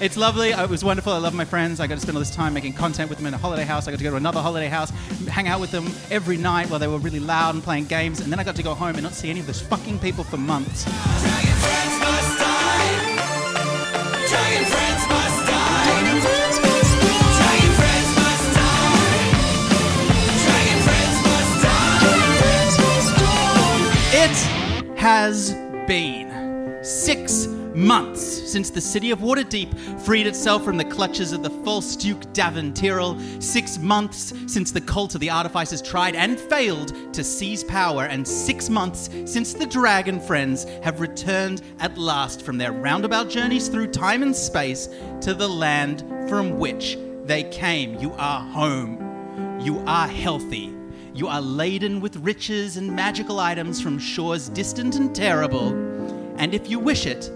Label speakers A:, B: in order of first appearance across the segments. A: it's lovely. Uh, It was wonderful. I love my friends. I got to spend all this time making content with them in a holiday house. I got to go to another holiday house, hang out with them every night while they were really loud and playing games. And then I got to go home and not see any of those fucking people for months. It has been six months since the city of Waterdeep freed itself from the clutches of the false Duke Davin Tyrrell, six months since the cult of the artificers tried and failed to seize power, and six months since the dragon friends have returned at last from their roundabout journeys through time and space to the land from which they came. You are home. You are healthy. You are laden with riches and magical items from shores distant and terrible. And if you wish it,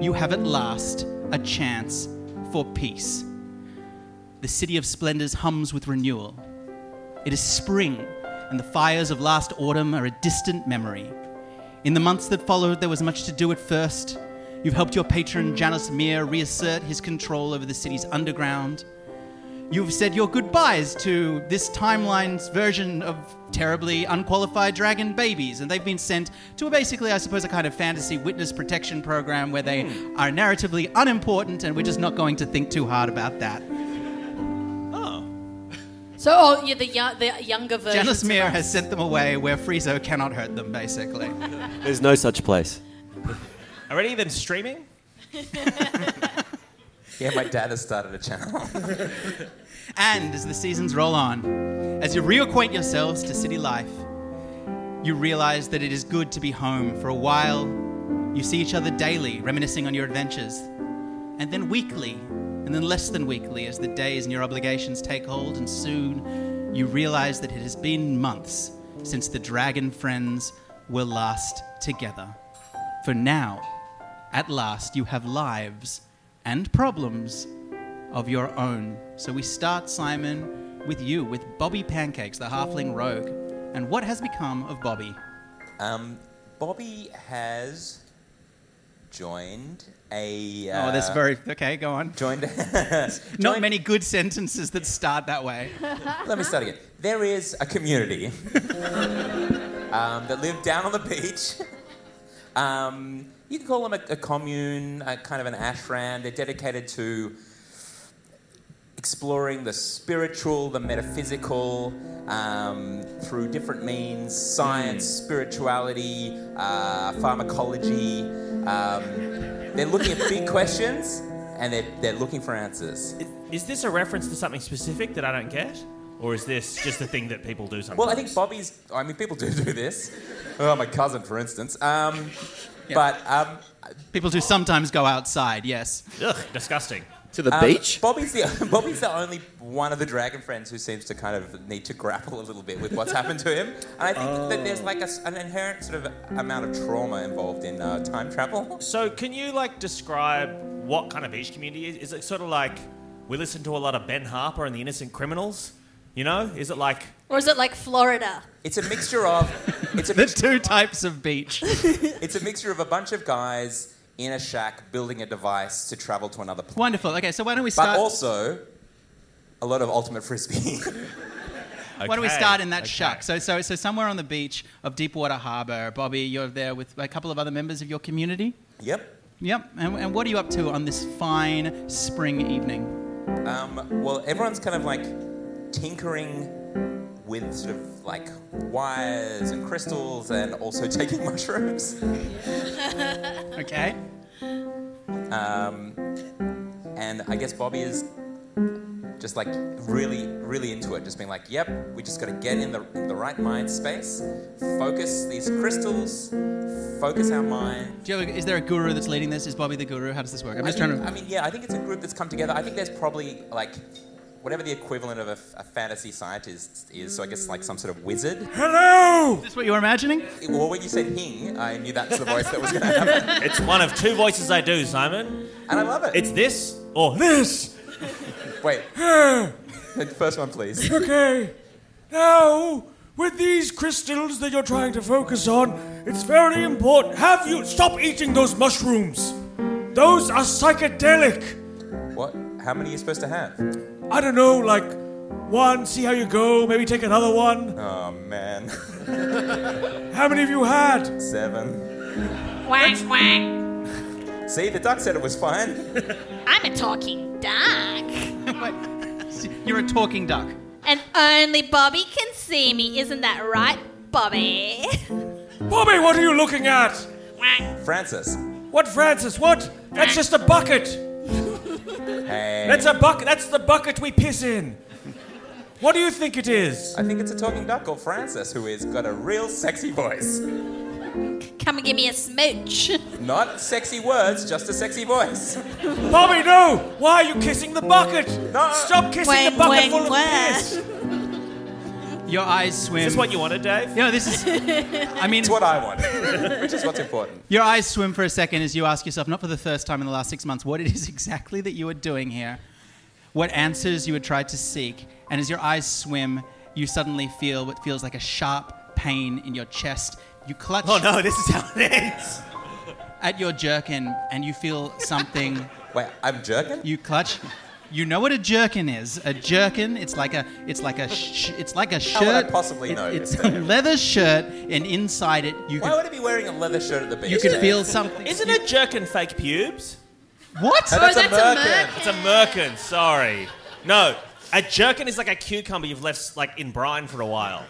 A: you have at last a chance for peace. The city of splendors hums with renewal. It is spring, and the fires of last autumn are a distant memory. In the months that followed, there was much to do at first. You've helped your patron, Janus Mir, reassert his control over the city's underground. You've said your goodbyes to this timeline's version of terribly unqualified dragon babies, and they've been sent to a basically, I suppose, a kind of fantasy witness protection program where they are narratively unimportant, and we're just not going to think too hard about that.
B: So, oh, yeah, the, yo- the younger version.
A: Janus Mir has sent them away where Friezo cannot hurt them, basically.
C: There's no such place.
D: Are any of them streaming?
E: Yeah, my dad has started a channel.
A: And as the seasons roll on, as you reacquaint yourselves to city life, you realize that it is good to be home for a while. You see each other daily, reminiscing on your adventures, and then weekly, and then less than weekly as the days and your obligations take hold, and soon you realize that it has been months since the dragon friends were last together. For now, at last, you have lives and problems of your own. So we start, Simon, with you, with Bobby Pancakes, the halfling rogue. And what has become of Bobby?
E: um, Bobby has joined a. Uh,
A: oh, that's very. Okay, go on.
E: Joined.
A: Not many good sentences that start that way.
E: Let me start again. There is a community um, that live down on the beach. Um, you can call them a, a commune, a kind of an ashram. They're dedicated to exploring the spiritual, the metaphysical, um, through different means science, spirituality, uh, pharmacology. Um, they're looking at big questions and they're, they're looking for answers.
D: Is, is this a reference to something specific that I don't get? Or is this just a thing that people do sometimes?
E: Well, I think Bobby's. I mean, people do do this. Oh, my cousin, for instance. Um, But um,
A: People do sometimes go outside, yes.
D: Ugh, disgusting.
C: To the
E: um,
C: beach?
E: Bobby's the Bobby's the only one of the dragon friends who seems to kind of need to grapple a little bit with what's happened to him. And I think that there's like a s an inherent sort of amount of trauma involved in uh, time travel.
D: So, can you like describe what kind of beach community is? Is it sort of like we listen to a lot of Ben Harper and the Innocent Criminals? You know, is it like
B: Or is it like Florida?
E: It's a mixture of it's a
A: The
E: mix,
A: two types of beach.
E: it's a mixture of a bunch of guys in a shack building a device to travel to another planet,
A: Wonderful. Okay, so why don't we
E: but
A: start?
E: also a lot of ultimate frisbee.
A: Why don't we
D: Okay,
A: start in that
D: okay.
A: shack? So, so, so somewhere on the beach of Deepwater Harbour, Bobby, you're there with a couple of other members of your community.
E: yep.
A: Yep. And, and what are you up to on this fine spring evening?
E: Um, well, everyone's kind of like tinkering with sort of like wires and crystals and also taking mushrooms.
A: Okay.
E: Um, and I guess Bobby is just like really, really into it, just being like, yep, we just got to get in the, in the right mind space, focus these crystals, focus our mind.
A: Do you have a, is there a guru that's leading this? Is Bobby the guru? How does this work? I'm just trying to.
E: I mean, yeah, I think it's a group that's come together. I think there's probably like whatever the equivalent of a, a fantasy scientist is. So I guess like some sort of wizard.
D: Hello!
A: Is this what you were imagining?
E: Well, when you said "hing," I knew that's the voice that was going to happen,
D: It's one of two voices I do, Simon.
E: and I love it.
D: It's this or this.
E: Wait, the first one, please.
F: Okay. Now, with these crystals that you're trying to focus on, it's very important. Have you stop eating those mushrooms? Those are psychedelic.
E: What? How many are you supposed to have?
F: I don't know, like one, see how you go, maybe take another one.
E: Oh man,
F: How many of you had?
E: seven.
G: Wang, wang.
E: See, the duck said it was fine.
G: I'm a talking duck.
A: Wait, you're a talking duck.
G: And only Bobby can see me. Isn't that right, Bobby?
F: Bobby, what are you looking at?
G: Wang.
E: Francis.
F: What, Francis? What? That's just a bucket.
E: Hey.
F: That's a bucket. That's the bucket we piss in. What do you think it is?
E: I think it's a talking duck called Francis who has got a real sexy voice.
G: Come and give me a smooch.
E: Not sexy words, just a sexy voice.
F: Bobby, no! Why are you kissing the bucket?
E: No.
F: Stop kissing the
G: Wang,
F: bucket
G: wang,
F: full of
G: wang.
F: piss.
A: Your eyes swim.
D: Is this what you wanted, Dave?
A: You know, this is. I mean,
E: It's what I want, which is what's important.
A: your eyes swim for a second as you ask yourself, not for the first time in the last six months, what it is exactly that you are doing here, what answers you had tried to seek, and as your eyes swim, you suddenly feel what feels like a sharp pain in your chest. You clutch
D: Oh no, this is how it ends.
A: at your jerkin, and you feel something.
E: Wait, I'm jerking?
A: You clutch. You know what a jerkin is? A jerkin. It's like a. It's like a. Sh- it's like a shirt.
E: would I possibly know
A: It's
E: this?
A: a leather shirt, and inside it you
E: Why
A: can
E: would I be wearing a leather shirt at the beach?
A: you can
E: Dave?
A: feel something.
D: Isn't a jerkin fake pubes?
A: what?
E: No,
B: Oh,
E: that's,
B: that's a
E: American.
B: merkin.
D: It's a merkin, sorry. No, a jerkin is like a cucumber you've left like in brine for a while.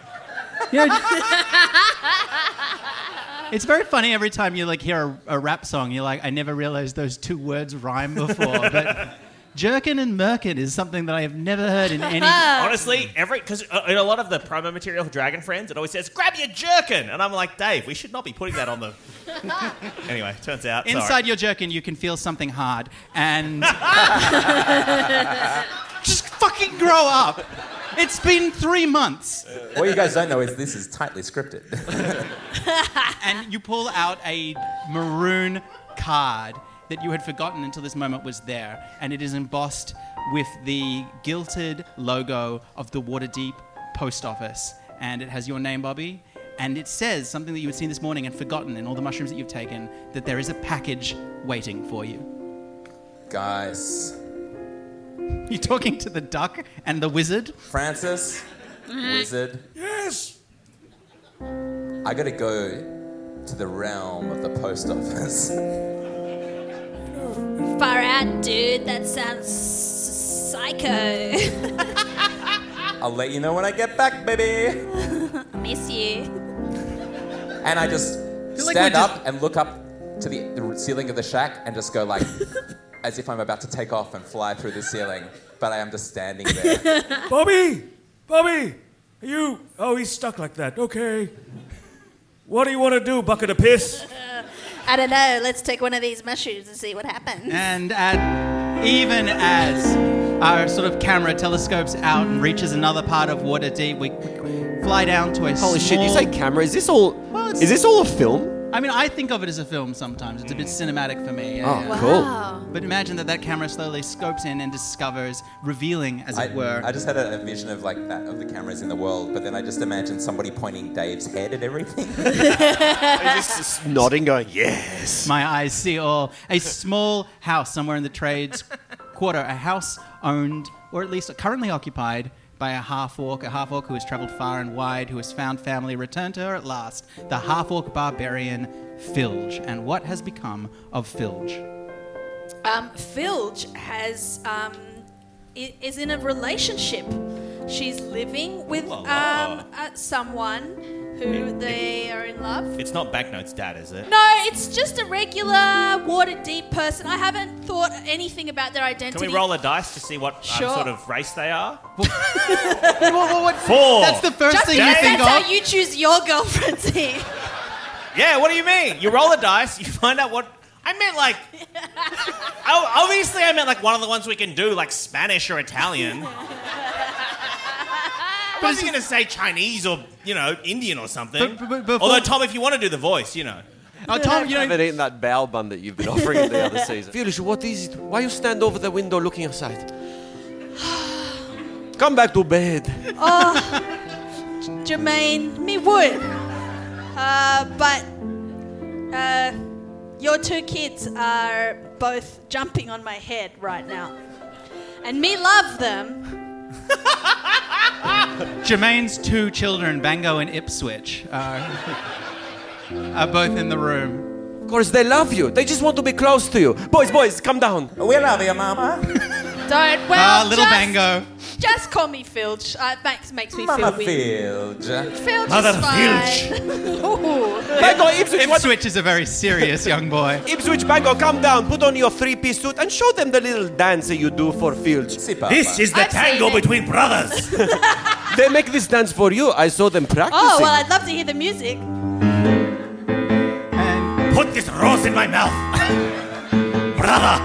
A: It's very funny every time you like hear a, a rap song. You're like, I never realized those two words rhyme before. But jerkin and merkin is something that I have never heard in any.
B: Uh.
D: Honestly, every because in a lot of the promo material for Dragon Friends, it always says "grab your jerkin," and I'm like, Dave, we should not be putting that on the. anyway, turns out sorry.
A: Inside your jerkin, you can feel something hard, and just fucking grow up. It's been three months,
E: What you guys don't know is this is tightly scripted.
A: and you pull out a maroon card that you had forgotten until this moment was there, and it is embossed with the gilded logo of the Waterdeep Post Office, and it has your name, Bobby. And it says something that you had seen this morning and forgotten in all the mushrooms that you've taken that there is a package waiting for you.
E: guys,
A: You're talking to the duck and the wizard.
E: Francis, wizard,
F: Yes.
E: I gotta go to the realm of the post office.
G: Far out, dude. That sounds s- psycho.
E: I'll let you know when I get back, baby.
G: I miss you.
E: And I just
A: feel like
E: stand
A: we're
E: up and look up to the, the ceiling of the shack and just go like, as if I'm about to take off and fly through the ceiling, but I am just standing there.
F: Bobby! Bobby! Are you. Oh, he's stuck like that. Okay. What do you want to do, bucket of piss?
B: I don't know. Let's take one of these mushrooms and see what happens.
A: And at, even as our sort of camera telescopes out and reaches another part of water deep, we fly down to a
C: Holy shit! You
A: small-
C: say camera? Is this all?
A: Well, it's-
C: is this all a film?
A: I mean, I think of it as a film sometimes. It's a bit cinematic for me. yeah,
C: Oh,
A: yeah.
C: cool.
A: But imagine that that camera slowly scopes in and discovers, revealing, as
E: I,
A: it were.
E: I just had a, a vision of like that of the cameras in the world, but then I just imagined somebody pointing Dave's head at everything.
C: Just, just nodding, going yes.
A: my eyes see all. A small house somewhere in the trades quarter, a house owned or at least currently occupied by a half orc, a half orc who has traveled far and wide, who has found family, returned to her at last, the half orc barbarian Filge. And what has become of Filge?
B: Um, Filge has um, i- is in a relationship. She's living with
D: La
B: um,
D: la.
B: uh, someone who they are in love.
D: It's not Banknote's dad, is it?
B: No, it's just a regular water deep person. I haven't thought anything about their identity.
D: Can we roll a dice to see what um,
B: Sure.
D: sort of race they are? Four.
A: That's the first
B: Just
A: thing you
B: because
A: think
B: that's
A: of.
B: how you choose your girlfriends here.
D: yeah. What do you mean? You roll a dice, you find out what I meant like. oh, obviously, I meant like one of the ones we can do, like Spanish or Italian. I wasn't going to say Chinese or you know Indian or something.
A: But- but- but-
D: Although Tom, if you want to do the voice, you know.
A: Oh, Tom, you
C: I
A: know,
C: haven't eaten that bao bun that you've been offering him the other season. Felix, what is it? Why you stand over the window looking outside? Come back to bed.
B: Jermaine, me would. Uh, but uh, your two kids are both jumping on my head right now. And me love them.
A: Jermaine's two children, Bango and Ipswich, are, are both in the room.
C: Of course, they love you. They just want to be close to you. Boys, boys, come down.
E: We love you, Mama.
B: Don't.
A: Ah,
B: Well,
A: little
B: just,
A: Bango.
B: Just call me Filch. Uh, it makes, makes me
E: Mama
B: feel weird.
E: Filge.
B: Filch
D: Mother
B: is fine. Ooh.
C: Bango, Ipswich, what-
A: Ipswich is a very serious young boy.
C: Ipswich, Bango, come down. Put on your three-piece suit and show them the little dance that you do for Fields.
E: Si, Papa.
D: is
B: the I've seen tango it.
D: between brothers.
C: They make this dance for you. I saw them practicing.
B: Oh, well, I'd love to hear the music.
A: And,
D: Put this rose in my mouth, brother.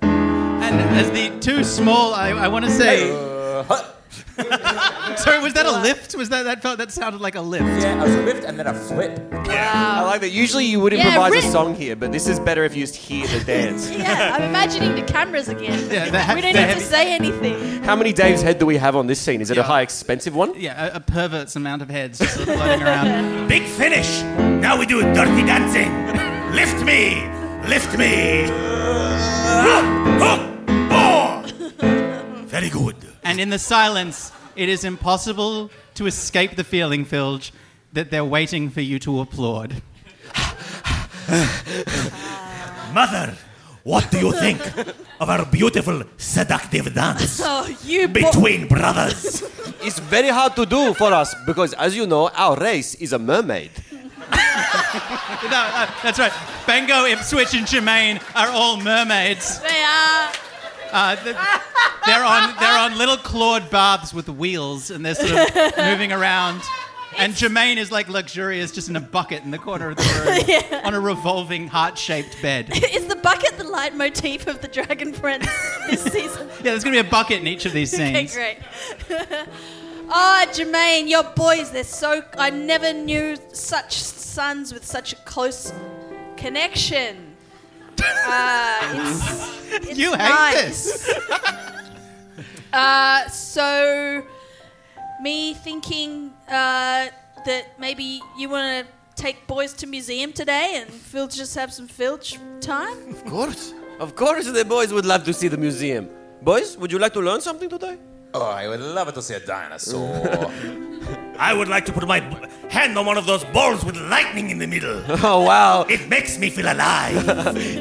A: and as the two small, I, I want to say. Sorry, was that a lift? Was that that felt that sounded like a lift?
E: Yeah, a swift and then a flip.
C: I like that. Usually you would
B: Yeah,
C: improvise
B: written.
C: a song here, but this is better if you just hear the dance.
B: Yeah, I'm imagining the cameras again.
A: Yeah, the ha-
B: we don't
A: the
B: need to
A: heavy-
B: say anything.
C: How many Dave's head do we have on this scene? Is it a
A: Yeah.
C: high expensive one?
A: Yeah, a, a pervert's amount of heads just sort of floating around.
D: Big finish. Now we do dirty dancing. lift me, lift me. Very good.
A: And in the silence, it is impossible to escape the feeling, Filge, that they're waiting for you to applaud.
D: Mother, what do you think of our beautiful seductive dance
B: Oh, you bo-
D: between brothers?
C: It's very hard to do for us because, as you know, our race is a mermaid.
A: No, no, that's right. Bango, Ipswich, and Jermaine are all mermaids.
B: They are.
A: Uh, th- they're on they're on little clawed baths with wheels, and they're sort of moving around. And Jermaine is like luxurious, just in a bucket in the corner of the room, on a revolving heart-shaped bed. Yeah,
B: Is the bucket the leitmotif of the Dragon Prince this season?
A: there's gonna be a bucket in each of these
B: Okay,
A: scenes.
B: great. Ah, Jermaine, your boys, they're so. I never knew such sons with such a close connection. Uh, it's, it's
A: You hate
B: nice.
A: this.
B: Uh, so, me thinking uh, that maybe you want to take boys to museum today and Filch just have some Filch time?
C: Of course. Of course, the boys would love to see the museum. Boys, would you like to learn something today?
E: Oh, I would love to see a dinosaur.
D: I would like to put my b- hand on one of those balls with lightning in the middle.
C: Oh, wow.
D: It makes me feel alive.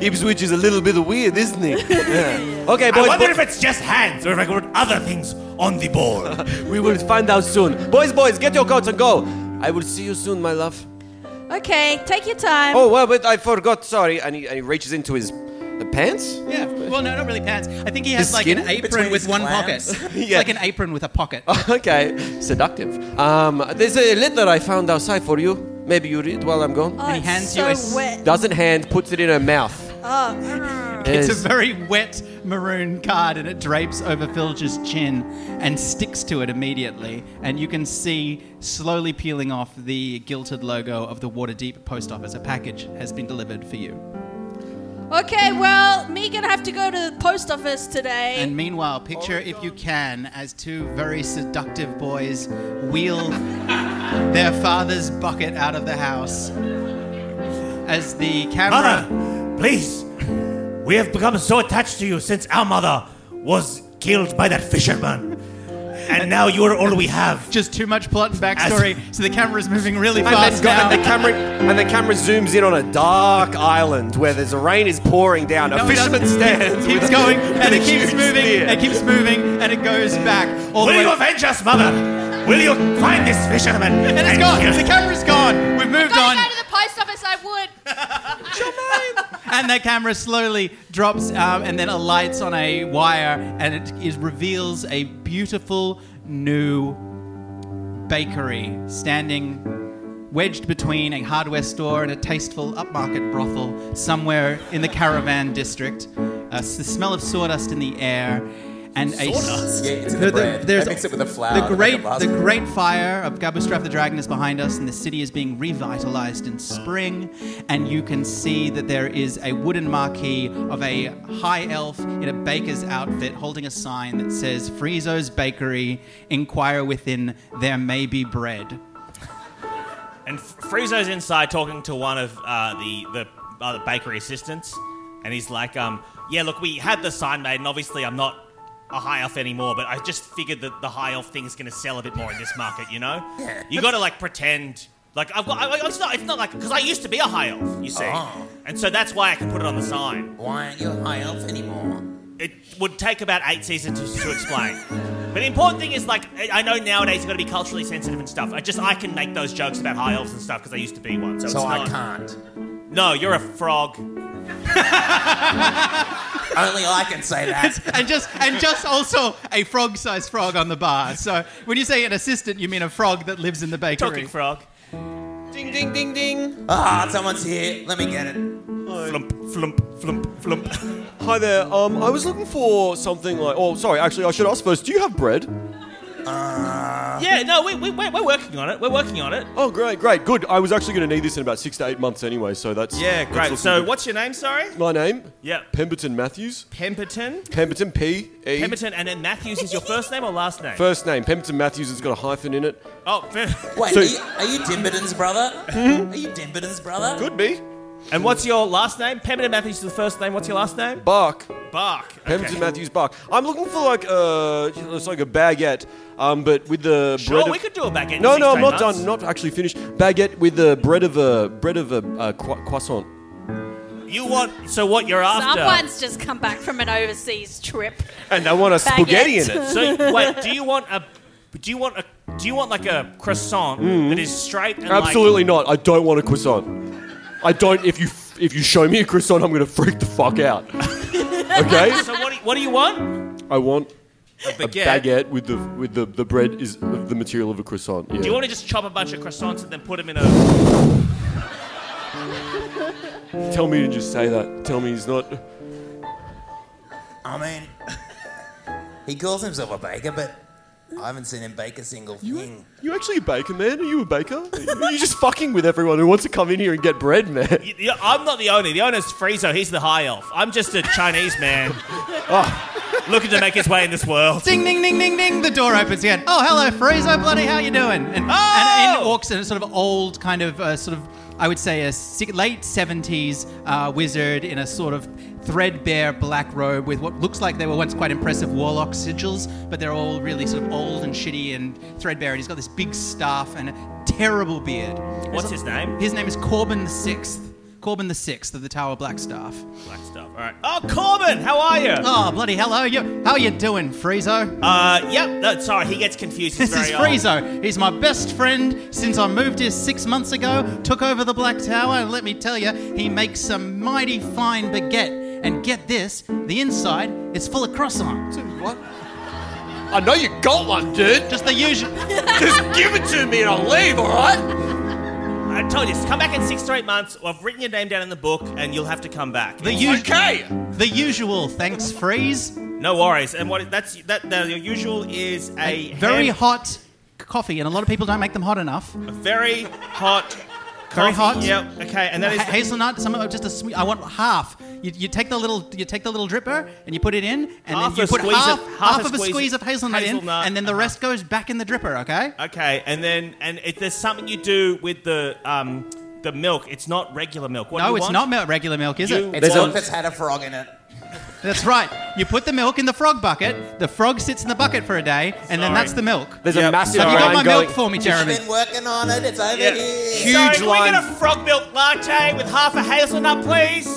C: Ipswich is a little bit weird, isn't it? Yeah. Okay, boys,
D: I wonder
C: bo-
D: if it's just hands or if I could put other things on the ball.
C: we will find out soon. Boys, boys, get your coats and go. I will see you soon, my love.
B: Okay, take your time.
C: Oh, well, but I forgot. Sorry. And he, and he reaches into his the pants.
A: Yeah. Well, no, not really pants. I think he has
C: His
A: like an
C: skin?
A: apron
E: Between
A: with
E: his
A: one
E: clamps?
A: pocket. It's
C: Yeah.
A: Like an apron with a pocket.
C: okay, seductive. Um, there's a letter I found outside for you. Maybe you read while I'm gone.
B: Oh,
A: and he
B: it's
A: hands you
B: so
A: a s-
B: wet.
C: Doesn't hand, puts it in her mouth.
B: Oh,
A: It's a
C: Yes.
A: very wet maroon card and it drapes over Filge's chin and sticks to it immediately. And you can see slowly peeling off the gilted logo of the Waterdeep post office. A package has been delivered for you.
B: okay, well, me gonna have to go to the post office today.
A: And meanwhile, picture if you can as two very seductive boys wheel their father's bucket out of the house. As the camera.
D: Mother, please. We have become so attached to you since our mother was killed by that fisherman. And now you're all we have.
A: Just too much plot and backstory, so the camera's moving really
C: And,
A: fast
C: the-
A: now.
C: and the camera and the camera zooms in on a dark island where there's rain is pouring down.
A: No,
C: a
A: it doesn't.
C: fisherman stands.
A: keeps
C: with-
A: going and it
C: with a
A: keeps
C: huge
A: moving
C: spear.
A: and it keeps moving and it goes back all the
D: Will
A: way.
D: you avenge us, mother? Will you find this fisherman?
A: and it's gone. The camera's gone. We've moved on.
G: Gotta go to the post office, I would.
A: And the camera slowly drops um, and then alights on a wire and it is, reveals a beautiful new bakery standing wedged between a hardware store and a tasteful upmarket brothel somewhere in the caravan district. Uh, s- the smell of sawdust in the air, and a
D: Sawdust?
E: Yeah, it's in the
A: No, there-
E: bread.
A: there's-
E: They mix it with the flour. They
A: The
E: make
A: great,
E: it last
A: the
E: longer.
A: great fire of Gabustraff the Dragon is behind us, and the city is being revitalized in spring. And you can see that there is a wooden marquee of a high elf in a baker's outfit holding a sign that says "Friezo's Bakery." Inquire within; there may be bread.
D: And F- Friezo's inside talking to one of uh, the the uh, the bakery assistants, and he's like, um, "Yeah, look, we had the sign made, and obviously I'm not a high elf anymore, but I just figured that the high elf thing is going to sell a bit more in this market, you know? You got to like pretend." Like I've got, I, I- it's not, it's not like because I used to be a high elf, you see,
E: Oh.
D: and so that's why I can put it on the sign.
E: Why aren't you a high elf anymore?
D: It would take about eight seasons to, to explain, but the important thing is like I I know nowadays you've got to be culturally sensitive and stuff. I just I can make those jokes about high elves and stuff because I used to be one, so,
E: So
D: it's
E: I
D: not-
E: can't.
D: No, you're a frog.
E: Only I can say that.
A: And just and just also a frog-sized frog on the bar. So when you say an assistant, you mean a frog that lives in the bakery.
D: Talking frog.
C: Ding, ding, ding, ding.
E: Ah, someone's here. Let me get it.
D: Flump, flump, flump, flump.
H: Hi there. Um, I was looking for something like. Oh, sorry. Actually, I should ask first. Do you have bread?
D: yeah, no, we, we, we're, we're working on it. We're working on it.
H: Oh, great, great, good. I was actually going to need this in about six to eight months anyway, so that's
D: Yeah,
H: that's
D: great.
H: looking
D: So,
H: good.
D: what's your name, sorry?
H: My name?
D: Yeah.
H: Pemberton Matthews.
D: Pemberton.
H: Pemberton P E.
D: Pemberton, and then Matthews is your first name or last name?
H: First name Pemberton Matthews. It's got a hyphen in it.
D: Oh, fair-
E: Wait,
H: So-
E: are, you, are you Dimberton's brother? Are you Dimberton's brother?
H: Could be
D: and what's your last name? Pemberton Matthews is the first name. What's your last name?
H: Bark.
D: Bark.
H: Pemberton
D: Okay.
H: Matthews Bark. I'm looking for like uh, it's like a baguette, um, but with the
D: Sure,
H: bread.
D: we
H: of-
D: could do a baguette. in
H: No,
D: six
H: no,
D: to
H: I'm
D: eight
H: not done.
D: months.
H: Not actually finished. Baguette with the bread of a bread of a uh, cro- croissant.
D: You want? So what you're after?
B: Someone's just come back from an overseas trip.
H: And I want a spaghetti in it.
D: So wait, do you want a? Do you want a? Do you want like a croissant
H: Mm.
D: that is straight and like-
H: Absolutely not. I don't want a croissant. I don't. If you if you show me a croissant, I'm gonna freak the fuck out. okay.
D: so what do, you, what do you want?
H: I want
D: A
H: a baguette with the with the the bread is of the material of a croissant. Yeah.
D: Do you want to just chop a bunch of croissants and then put them in a?
H: Tell me to just say that. Tell me he's not.
E: I mean, he calls himself a baker, but I haven't seen him bake a single thing.
H: You actually a baker, man? Are you a baker? You're just fucking with everyone who wants to come in here and get bread, man.
D: Y- y- I'm not the owner. The owner's Friezo. He's the high elf. I'm just a Chinese man Oh. looking to make his way in this world.
A: Ding, ding, ding, ding, ding. The door opens again. Oh, hello, Friezo, bloody, how you doing? And,
D: Oh!
A: and in walks a sort of old kind of, uh, sort of, I would say a si- late 70s uh, wizard in a sort of threadbare black robe with what looks like they were once quite impressive warlock sigils, but they're all really sort of old and shitty and threadbare. And he's got this big staff and a terrible beard.
D: What's his name?
A: His name is Corbin the Sixth. Corbin the Sixth of the Tower Blackstaff.
D: Black stuff. All right. Oh, Corbin, how are you?
A: Oh, bloody hello. You, how you doing, Friezo?
D: Uh, yep. No, sorry, he gets confused. He's
A: This is
D: very old.
A: Friezo. He's my best friend since I moved here six months ago, took over the Black Tower, and let me tell you, he makes some mighty fine baguette. And get this, the inside is full of croissant.
H: What? I know you got one, dude.
A: Just the usual.
H: Just give it to me and I'll leave, all right?
D: I told you, come back in six to eight months. I've written your name down in the book, and you'll have to come back.
A: The usual.
H: Okay.
A: The usual. Thanks, Freeze.
D: no worries. And what that's that now, your usual is a
A: Very
D: ham-
A: hot c- coffee, and a lot of people don't make them hot enough.
D: a very hot,
A: Very
D: coffee.
A: hot.
D: Yep. Okay, and that is
A: Ha- hazelnut. Some of just a sweet. I want half. You, you take the little you take the little dripper and you put it in, and
D: Half
A: then you
D: a
A: put
D: squeeze
A: half,
D: of-
A: half, of a squeeze of hazelnut,
D: hazelnut, Uh,
A: in, and then the
D: uh-huh.
A: rest goes back in the dripper. Okay.
D: Okay, and then and if there's something you do with the um the milk, it's not regular milk. What do
A: no,
D: you
A: it's
D: want?
A: not milk, regular milk, is
D: You-
A: it?
E: It's
H: There's
E: milk
H: a-
E: that's had a frog in it.
A: That's right. You put the milk in the frog bucket. The frog sits in the bucket for a day, and then
D: Sorry.
A: that's the milk.
H: There's a massive
A: Have you got
H: line
A: my
H: going.
A: milk for me,
E: I've
A: Jeremy?
E: been working on it. It's over
D: Yeah.
E: here.
H: Huge
D: Sorry, can we
H: line.
D: get a frog milk latte with half a hazelnut, please?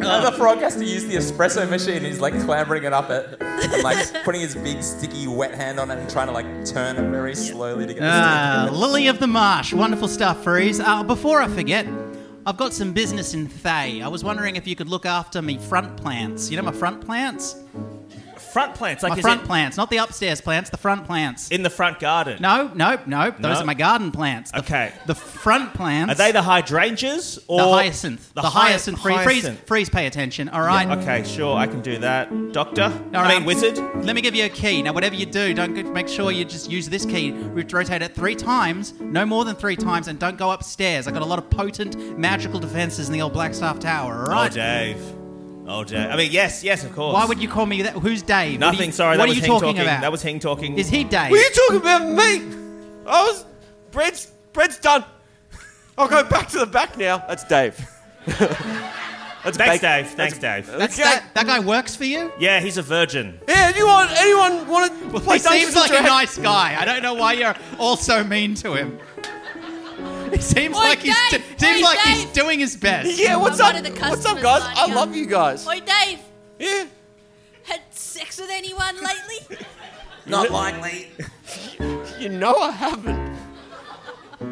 E: Another frog has to use the espresso machine. He's like clambering it up it, and like putting his big sticky wet hand on it and trying to like turn it very slowly to get.
A: Ah,
E: the
A: Lily of the Marsh. Wonderful stuff, Freeze. Uh, before I forget, I've got some business in Thay. I was wondering if you could look after me front plants. You know my front plants?
D: front plants. Like
A: my
D: is
A: front
D: it
A: plants, not the upstairs plants, the front plants.
D: in the front garden.
A: No, no, no. Those
D: No?
A: are my garden plants. The,
D: Okay.
A: The front plants.
D: Are they the hydrangeas or
A: the hyacinth? The,
D: hy-
A: hyacinth. Free, Freeze,
D: hyacinth.
A: freeze. Pay attention. All right.
D: Okay, sure, I can do that. Doctor?
A: All
D: I
A: right.
D: mean, wizard?
A: Let me give you a key. Now, whatever you do, don't go- make sure you just use this key. We rotate it three times, no more than three times, and don't go upstairs. I got a lot of potent magical defenses in the old Blackstaff Tower. All
D: Oh,
A: right.
D: Dave. Oh, Dave. I mean, yes, yes, of course.
A: Why would you call me that? Who's Dave? What are
D: Nothing,
A: you-
D: sorry,
A: What
D: that
A: are
D: was
A: you
D: Hing
A: talking,
D: talking.
A: about?
D: That was Hing talking.
A: Is he Dave?
C: What are you talking about, me? I was bread's bread's done. I'll go back to the back now. That's Dave. That's
D: Thanks,
C: bake-
D: Dave. Thanks,
C: uh,
D: Dave.
A: That's
C: Okay.
A: that, that guy works for you.
D: Yeah, he's a virgin.
C: Yeah, you want anyone want to play
A: He seems
C: Dungeons and
A: like a
C: Dragons?
A: nice guy. I don't know why you're all so mean to him. It seems
B: Oi,
A: like he's
B: Dave!
A: seems
B: Oi,
A: like he's
B: Dave!
A: doing his best.
C: Yeah, what's
B: I'm
C: up?
B: one of the
C: What's up,
B: customers,
C: guys? I
B: Vanya.
C: love you guys.
B: Oi, Oh, Dave,
C: Yeah.
B: had sex with anyone lately?
E: Not likely.
C: You know I haven't,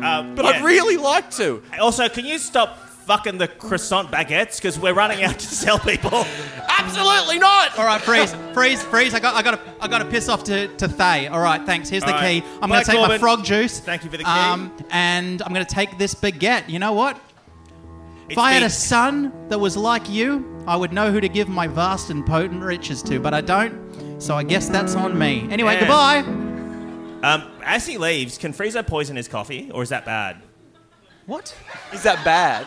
D: Um,
C: but I'd
D: yeah.
C: really like to.
D: Also, can you stop fucking the croissant baguettes? Because we're running out to sell people.
C: Absolutely not.
A: All right, freeze, freeze, freeze. I got, I got to, I got to piss off to, to Thay. All right, thanks. Here's the
D: All
A: key.
D: right.
A: I'm
D: Bye,
A: going to take my
D: Corbin.
A: frog juice.
D: Thank you for the key.
A: Um, and I'm going to take this baguette. You know what?
D: It's
A: If I had
D: been-
A: a son that was like you, I would know who to give my vast and potent riches to, but I don't. So I guess that's on me. Anyway,
D: Yeah.
A: goodbye.
D: Um, as he leaves, can Frieza poison his coffee, or is that bad?
A: What?
C: Is that bad?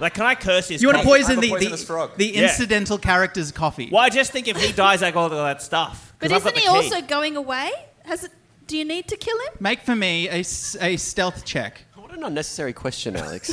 D: Like, can I curse his?
A: You want to
D: coffee?
A: poison
E: I'm a
A: the
E: poisonous
A: the,
E: frog.
A: the
D: Yeah.
A: incidental character's coffee?
D: Well, I just think if he dies, I got all that stuff. 'cause
B: But
D: I've got
B: isn't
D: the
B: he
D: key.
B: also going away? Has it? Do you need to kill him?
A: Make for me a, s- a stealth check.
C: What an unnecessary question, Alex.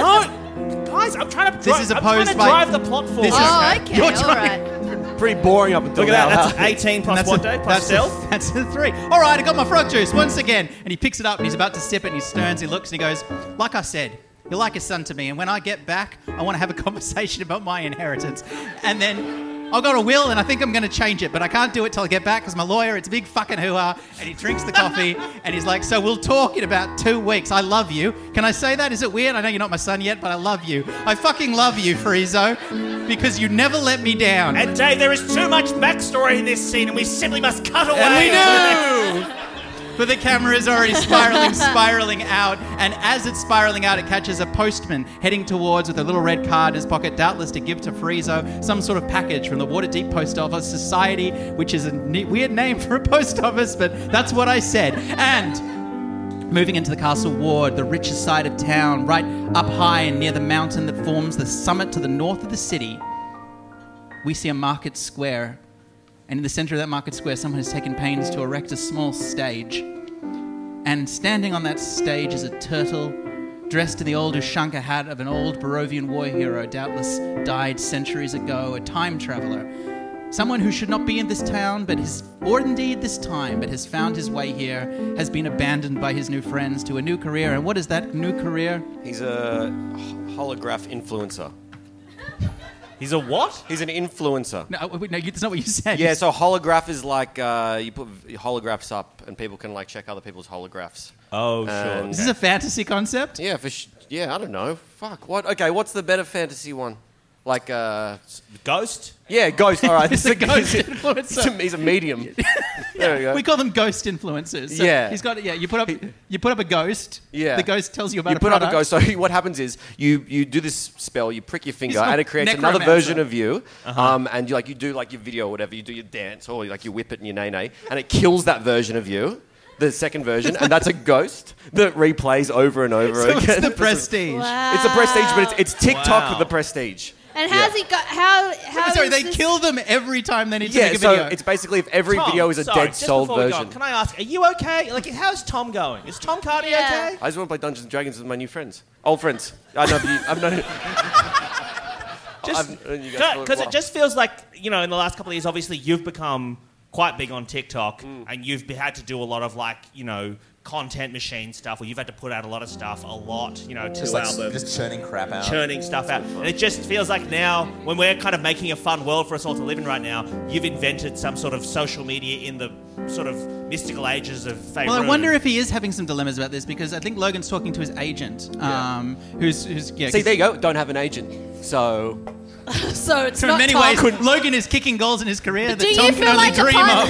D: No, guys, I'm trying to. Dri-
A: This is
D: I'm trying
A: opposed
D: to
A: by-
D: drive the plot forward.
A: This is-
B: Oh, okay,
A: You're
B: all
A: trying-
B: right.
C: Pretty boring up until
D: Look at
C: now.
D: that.
C: huh?
D: That's 18 plus
A: that's
D: what
A: a-
D: day plus
A: that's a-
D: stealth.
A: that's a three. All right, I got my frog juice once again. And he picks it up and he's about to sip it and he turns, he looks and he goes, Like I said, you're like a son to me. And when I get back, I want to have a conversation about my inheritance. And then I've got a will and I think I'm going to change it, but I can't do it till I get back because my lawyer, it's a big fucking hoo ha. And he drinks the coffee and he's like, So we'll talk in about two weeks. I love you. Can I say that? Is it weird? I know you're not my son yet, but I love you. I fucking love you, Friezo, because you never let me down.
D: And Dave, there is too much backstory in this scene, and we simply must cut away.
A: And we do! but the camera is already spiraling, spiraling out, and as it's spiraling out, it catches a postman heading towards with a little red card in his pocket, doubtless to give to Friezo some sort of package from the Waterdeep Post Office Society, which is a ne- weird name for a post office, but that's what I said. And Moving into the castle ward, the richer side of town, right up high and near the mountain that forms the summit to the north of the city, we see a market square. And in the center of that market square, someone has taken pains to erect a small stage. And standing on that stage is a turtle dressed in the old Ushanka hat of an old Barovian war hero, doubtless died centuries ago, a time traveler. Someone who should not be in this town, but has, or indeed this time, but has found his way here, has been abandoned by his new friends to a new career. And what is that new career?
C: He's a h- holograph influencer.
D: He's a what?
C: He's an influencer.
A: No, uh, wait, no, you- that's not what you said.
C: Yeah, so holograph is like uh, you put v- holographs up, and people can like check other people's holographs.
D: Oh, sure.
C: And-
A: Is this a fantasy concept?
C: Yeah, for sh- yeah, I don't know. Fuck. What? Okay, what's the better fantasy one? Like, uh,
D: Ghost?
C: yeah, ghost. All right,
A: It's a ghost
C: He's a,
A: influencer.
C: he's a medium. There we go.
A: We call them ghost influencers. So
C: Yeah.
A: he's got yeah. You put up you put up a ghost.
C: Yeah.
A: the ghost tells you about
C: you
A: a
C: put
A: product.
C: up a ghost. So what happens is you you do this spell. You prick your finger,
A: not
C: and it creates another
A: necromancer. Uh-huh.
C: version of you. Um, and you like you do like your video or whatever. You do your dance or like you whip it and your nay nay, and it kills that version of you. The second version, and that's a ghost that replays over and over
A: So
C: again.
A: it's the
C: This is-
A: prestige.
C: It's the prestige, but it's, it's TikTok
D: Wow.
C: with the prestige.
B: And how's
C: Yeah.
B: he got? How? how
A: Sorry,
B: is
A: they
B: this-
A: kill them every time they need to
C: Yeah,
A: make a
C: so
A: video.
C: it's basically if every video is a dead
D: sorry, just
C: soul
D: before we go
C: version.
D: on, can I ask, are you okay? Like, how's Tom going? Is Tom Cardi
B: Yeah.
D: okay?
C: I just want to play Dungeons and Dragons with my new friends, old friends. I know you. I've known.
D: Just
C: I've known you guys for a
D: because
C: while.
D: it just feels like you know, in the last couple of years, obviously you've become quite big on TikTok,
C: Mm.
D: and you've be- had to do a lot of like you know content machine stuff, where you've had to put out a lot of stuff, a lot, you know, two
E: Just like
D: albums.
E: just churning crap out.
D: churning stuff out. And it just feels like now, when we're kind of making a fun world for us all to live in right now, you've invented some sort of social media in the sort of mystical ages of Faerun.
A: well, I wonder if he is having some dilemmas about this because I think Logan's talking to his agent, um, who's who's yeah.
C: See,
A: 'cause-
C: there you go. Don't have an agent. So
B: so it's
A: So in
B: not
A: many
B: Tom.
A: ways, Logan is kicking goals in his career
G: do
A: that
G: you
A: Tom can
G: feel
A: only
G: like a
A: dream
G: part-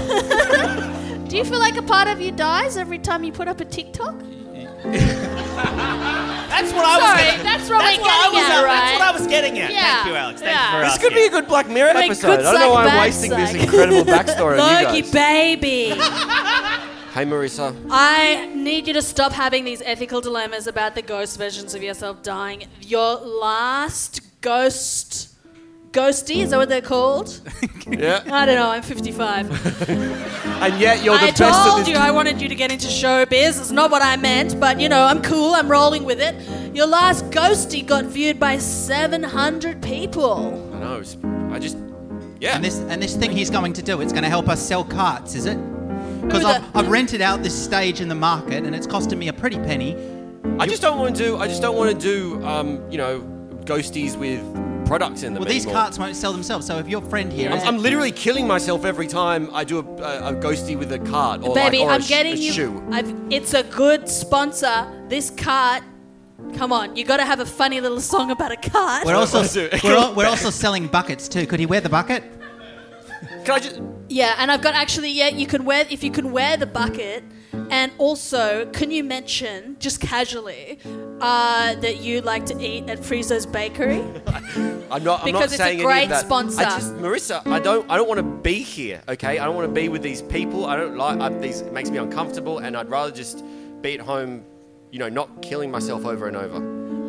A: of.
G: Do you feel like a part of you dies every time you put up a TikTok?
D: That's what I was
G: Sorry,
D: getting that's
G: that's what we're
D: what I was
G: getting at,
D: That's what
G: right?
D: I was getting at.
G: Yeah,
D: Thank you, Alex.
G: yeah.
D: Thank you for
C: This could be a
D: asking.
C: good Black Mirror
B: mean,
C: episode.
B: good
C: I don't know why
B: psych,
C: I'm
B: bad
C: wasting
B: psych.
C: this incredible backstory on you
B: Logie,
C: guys.
B: baby.
C: hey, Marissa.
B: I need you to stop having these ethical dilemmas about the ghost versions of yourself dying. Your last ghost. Ghosty, is that what they're called?
C: Yeah.
B: I don't know, I'm 55.
C: And yet you're the
B: I
C: best at
B: told
C: this.
B: you I wanted you to get into showbiz. It's not what I meant, but you know, I'm cool, I'm rolling with it. Your last ghosty got viewed by 700 people.
C: I know. it's- I just. Yeah.
A: And this and this thing he's going to do, it's going to help us sell carts, is it? Because
B: No,
A: I've,
B: the-
A: I've rented out this stage in the market, and it's costing me a pretty penny.
C: I just don't want to do. I just don't want to do. Um, you know, ghosties with products in them.
A: Well, these
C: anymore.
A: carts won't sell themselves. So if your friend here,
C: I'm, I'm literally killing myself every time I do a, a, a ghosty with a card or
B: Baby,
C: like, oh, or a
B: I'm
C: sh-
B: getting
C: a
B: you.
C: shoe.
B: I've, it's a good sponsor. This cart. Come on, you gotta have a funny little song about a cart.
A: we're also
C: do.
A: we're, al- we're also selling buckets too. Could he wear the bucket?
C: Can I just?
B: Yeah, and I've got actually. Yeah, you can wear if you can wear the bucket, and also can you mention just casually uh, that you like to eat at Friezo's Bakery?
C: I'm not. I'm
B: Because
C: not
B: it's a
C: saying any of
B: great
C: that.
B: sponsor.
C: I just, Marissa, I don't. I don't want to be here. Okay, I don't want to be with these people. I don't like I'm, these. It makes me uncomfortable, and I'd rather just be at home. You know, not killing myself over and over.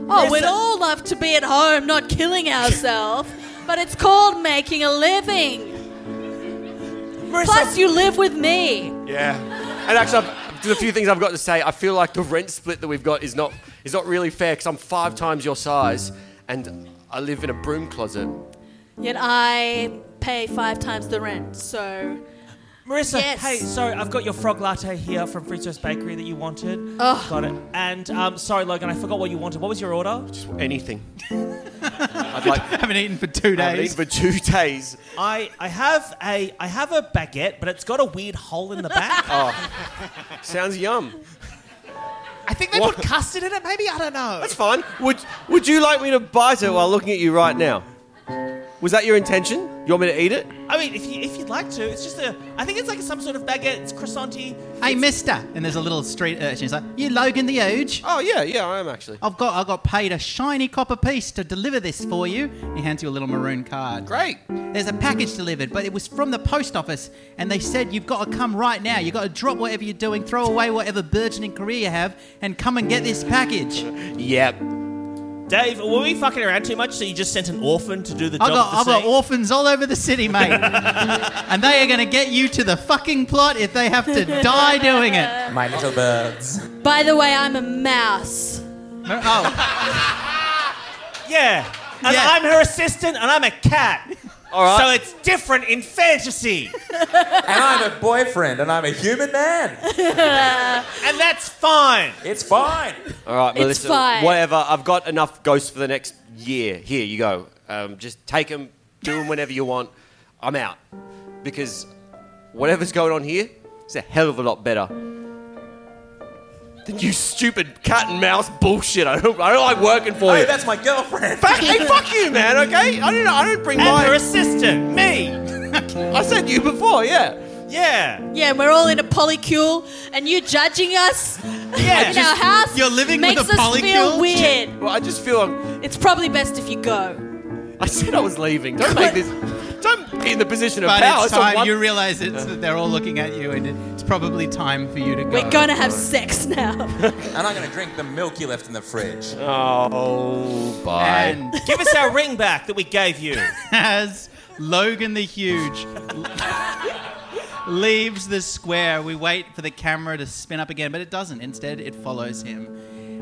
B: Oh, we'd all love to be at home, not killing ourselves, but it's called making a living. Plus, you live with me.
C: Yeah. And actually, I've, there's a few things I've got to say. I feel like the rent split that we've got is not is not really fair because I'm five times your size, and I live in a broom closet.
B: Yet I pay five times the rent, so.
D: Marissa,
B: Yes.
D: hey, sorry, I've got your frog latte here from Fritos Bakery that you wanted.
B: Ugh.
D: Got it. And um, sorry, Logan, I forgot what you wanted. What was your order?
C: Just anything. I'd like.
A: I haven't eaten for two
C: I haven't
A: days.
C: eaten for two days.
D: I, I have a I have a baguette, but it's got a weird hole in the back.
C: Sounds yum.
D: I think they
C: What?
D: put custard in it. Maybe I don't know.
C: That's fine. Would Would you like me to bite it while looking at you right now? Was that your intention? You want me to eat it?
D: I mean, if you if you'd like to, it's just a. I think it's like some sort of baguette. It's croissanty.
A: Hey, Mister, and there's a little street urchin. He's like, "You Logan the huge."
C: Oh yeah, yeah, I am actually.
A: I've got I got paid a shiny copper piece to deliver this for you. He hands you a little maroon card.
C: Great.
A: There's a package delivered, but it was from the post office, and they said you've got to come right now. You've got to drop whatever you're doing, throw away whatever burgeoning career you have, and come and get this package.
C: Yep.
D: Dave, were we fucking around too much? So you just sent an orphan to do the
A: I
D: job?
A: got
D: of
A: I
D: the
A: got
D: sea?
A: orphans all over the city, mate, and they are going to get you to the fucking plot if they have to die doing it.
E: My little birds.
B: By the way, I'm a mouse.
A: Oh,
D: Yeah. And
A: Yeah.
D: I'm her assistant, and I'm a cat.
C: All right.
D: So it's different in fantasy,
E: And I'm a boyfriend and I'm a human man.
D: and that's fine.
E: It's fine.
C: All right,
B: It's
C: Melissa.
B: fine.
C: Whatever. I've got enough ghosts for the next year. Here you go. Um, just take them, do them whenever you want. I'm out because whatever's going on here is a hell of a lot better than you stupid cat and mouse bullshit. I don't, I don't like working for
E: Hey,
C: you.
E: that's my girlfriend.
C: Oh, Fuck, hey, fuck you, man. Okay, I don't. I don't bring
D: And her
C: my.
D: assistant, me.
C: I said you before, yeah.
D: Yeah.
B: Yeah, we're all in a polycule, and you judging us
D: Yeah.
B: in our house
A: you're living with
B: makes
A: a
B: us
A: polycule?
B: feel weird.
C: Well, I just feel i
B: It's probably best if you go.
C: I said I was leaving. Don't make this. Don't be in the position of
A: but
C: power.
A: it's
C: a
A: time
C: one- Oh
A: you realise it's that they're all looking at you, and it's probably time for you to go.
B: We're gonna have sex now.
E: And I'm going to drink the milk you left in the fridge.
C: oh, bye.
A: and
D: Give us our ring back that we gave you.
A: as Logan the Huge leaves the square, we wait for the camera to spin up again, but it doesn't. Instead, it follows him.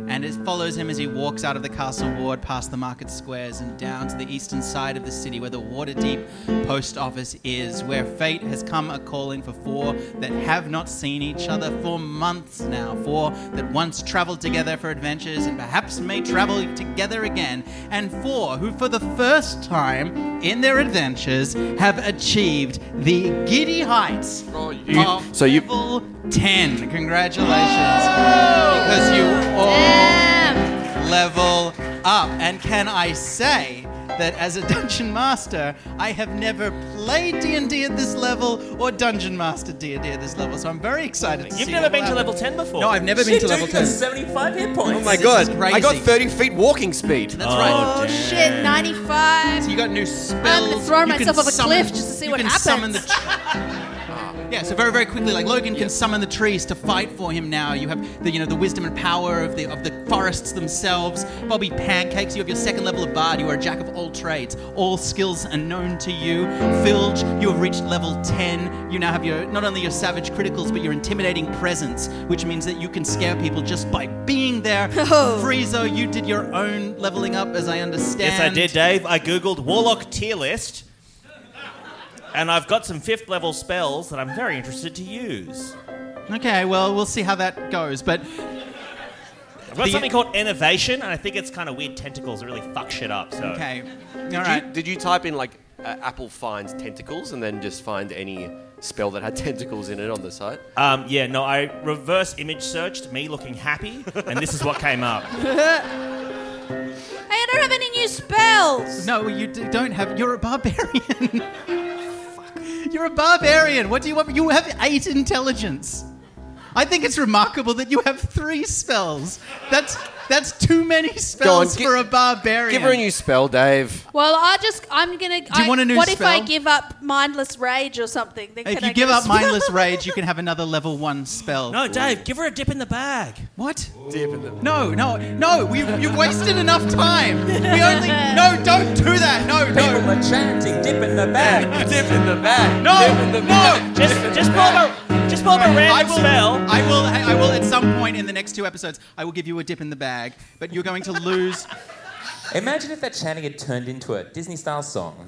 A: And it follows him as he walks out of the castle ward, past the market squares, and down to the eastern side of the city where the Waterdeep post office is, where fate has come a calling for four that have not seen each other for months now, four that once traveled together for adventures and perhaps may travel together again, and four who, for the first time in their adventures, have achieved the giddy heights
C: you-
A: of
C: so you-
A: level 10. Congratulations, because you all
G: Damn.
A: level up. And can I say that as a dungeon master, I have never played D&D at this level or dungeon master D&D at this level. So I'm very excited. to
D: You've
A: see
D: never
A: what
D: been to
A: happens.
D: level 10 before.
A: No, I've never been to
E: Dude,
A: level
E: you got
A: 10.
E: 75 hit points.
H: Oh my
A: This
H: god!
A: is crazy.
H: I got 30 feet walking speed.
A: That's right.
B: Oh shit, 95.
A: So you got new spells.
B: I'm gonna throw
A: You
B: myself
A: can
B: off a
A: summon-
B: cliff just to see
A: you
B: what
A: can
B: happens.
A: Summon the tr- yeah, so very very quickly, like Logan can summon the trees to fight for him now. You have the you know the wisdom and power of the of the forests themselves. Bobby pancakes. You have your second level of bard. You are a jack of all trades. All skills are known to you. Filge, you have reached level ten. You now have your not only your savage criticals but your intimidating presence, which means that you can scare people just by being there.
B: Oh.
A: Friezo, you did your own leveling up, as I understand.
D: Yes, I did, Dave. I googled Warlock tier list, and I've got some fifth level spells that I'm very interested to use.
A: Okay, well, we'll see how that goes. But
D: I've got
A: The-
D: something called Innovation, and I think it's kind of weird tentacles that really fuck shit up. So
A: okay, all
H: Did you-
A: right.
H: did you type in like uh, Apple finds tentacles and then just find any spell that had tentacles in it on the site?
D: Um, yeah, no, I reverse image searched me looking happy, and this is what came up.
B: Hey, I don't have any new spells.
A: No, you d- don't have. You're a barbarian. Fuck. You're a barbarian. What do you want? You have eight intelligence. I think it's remarkable that you have three spells. That's that's too many spells
H: gi-
A: for a barbarian.
H: Give her a new spell, Dave.
B: Well, I just, I'm gonna. Do
A: you want a new
B: What if I
A: spell?
B: give up mindless rage or something? Then
A: if
B: can
A: you
B: I
A: give
B: get a
A: up
B: spell?
A: mindless rage, you can have another level one spell.
D: No, Dave, give her a dip in the bag.
A: What?
H: Dip in the-
A: No, no, no! We've, you've wasted enough time. We only no, don't do that. No, no.
E: People are chanting, dip in the bag, dip in the bag.
A: No,
E: dip in the
A: no.
E: bag,
D: Just,
E: dip in
D: just
E: the
D: pull
E: bag."
D: up a, just pull up a
A: I
D: random
A: will,
D: spell.
A: I will. I will. At some point in the next two episodes, I will give you a dip in the bag, but you're going to lose.
E: Imagine if that chanting had turned into a Disney style song.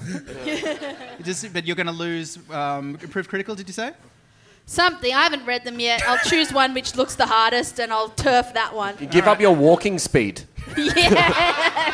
A: just, but you're going to lose um, improved critical. Did you say?
B: Something. I haven't read them yet. I'll choose one which looks the hardest, and I'll turf that one.
H: Give up your walking speed.
B: yeah.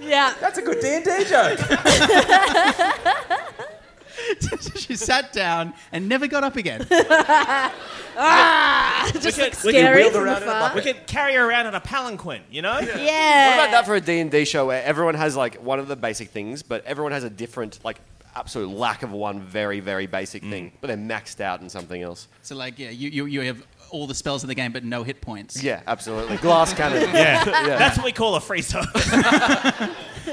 B: yeah.
E: That's a good D&D joke.
A: she sat down and never got up again.
B: Ah, just
D: could-
B: looks
D: we could
B: scary
E: wheel
B: from
E: around in a
B: afar.
D: We could carry her around in a palanquin, you know?
B: Yeah.
H: What about that for a D&D show where everyone has like one of the basic things, but everyone has a different like absolute lack of one very very basic thing, but they're maxed out in something else.
A: So like, yeah, you, you you have all the spells in the game, but no hit points.
H: Yeah, absolutely. Glass cannon.
D: Yeah. That's what we call a free zone.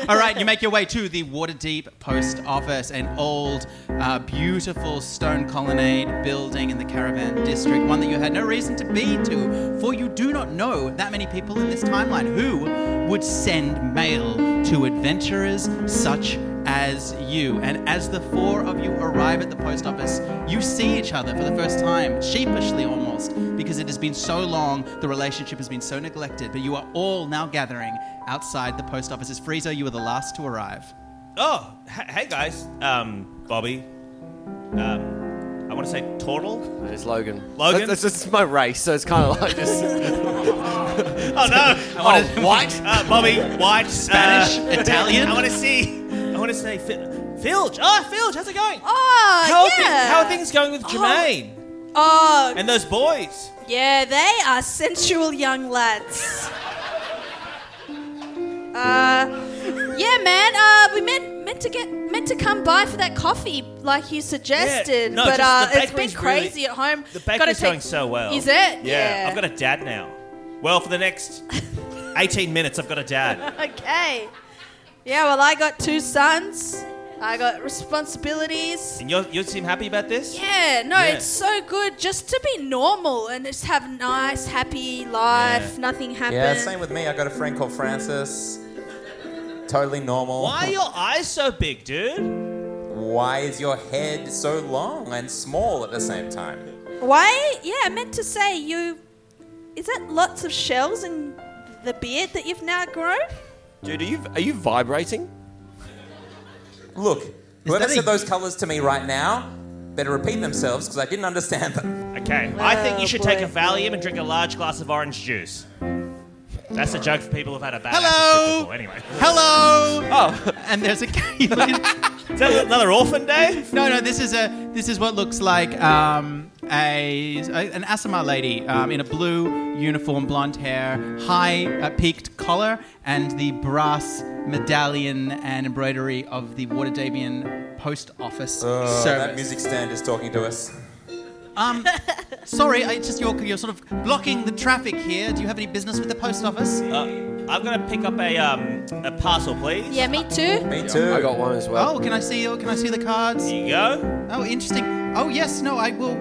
A: All right, you make your way to the Waterdeep Post Office, an old, uh, beautiful stone colonnade building in the Caravan District, one that you had no reason to be to, for you do not know that many people in this timeline who would send mail to adventurers such as you. And as the four of you arrive at the post office, you see each other for the first time, sheepishly almost, because it has been so long, the relationship has been so neglected, but you are all now gathering outside the post offices. Frieza, you were the last to arrive.
D: oh, h- hey guys. Um, Bobby. Um, I want to say Tortle.
H: There's Logan.
D: Logan?
H: That's, that's just my race, so it's kind of like this.
D: Oh no.
H: oh, white.
D: Uh, Bobby, white,
A: Spanish,
D: uh,
A: Italian.
D: I want to see. I want to say Phil, Filge. Oh, Filge, how's it going?
B: Oh,
D: how, are
B: yeah.
D: thi- how are things going with Jermaine
B: Oh,
D: and those boys?
B: yeah, they are sensual young lads. uh, yeah, man. Uh, we meant meant to get meant to come by for that coffee like you suggested,
D: Yeah, no,
B: but
D: just
B: uh,
D: the
B: it's been
D: bakery's really-
B: crazy at home.
D: The
B: Gotta
D: bakery's
B: take-
D: going so well.
B: Is it?
D: Yeah. I've got a dad now. Well, for the next 18 minutes, I've got a dad.
B: Okay. Yeah, well, I got two sons. I got responsibilities.
D: And you you seem happy about this?
B: Yeah, no,
D: Yeah.
B: it's so good just to be normal and just have nice, happy life. Nothing happens.
E: yeah, same with me. I got a friend called Francis. Totally normal.
D: Why are your eyes so big, dude?
E: why is your head so long and small at the same time?
B: Why? Yeah, I meant to say you. Is that lots of shells in the beard that you've now grown?
H: Dude, are you, are you vibrating?
E: Look, whoever
A: that
E: said
A: a-
E: those colors to me right now better repeat themselves because I didn't understand them.
D: Okay, I think you should take a
B: Oh, boy.
D: Valium and drink a large glass of orange juice. That's a joke for people who've had a bad
A: Hello!
D: acid trip before,
A: Hello. Oh, and there's a you look at-
D: anyway. Is that another orphan day?
A: no, no. This is a this is what looks like um, a, a- an Asimar lady um, in a blue uniform, blonde hair, high uh, peaked collar, and the brass medallion and embroidery of the Waterdavian post office
E: Uh,
A: service.
E: that music stand is talking to us.
A: Um, sorry, I it's just you're, you're sort of blocking the traffic here. Do you have any business with the post office?
D: Uh, I'm gonna pick up a um a parcel, please.
B: Yeah, me too.
E: Me too.
H: I got one as well.
A: Oh, can I see? Can I see the cards?
D: There you go.
A: Oh, interesting. Oh, yes. No, I will.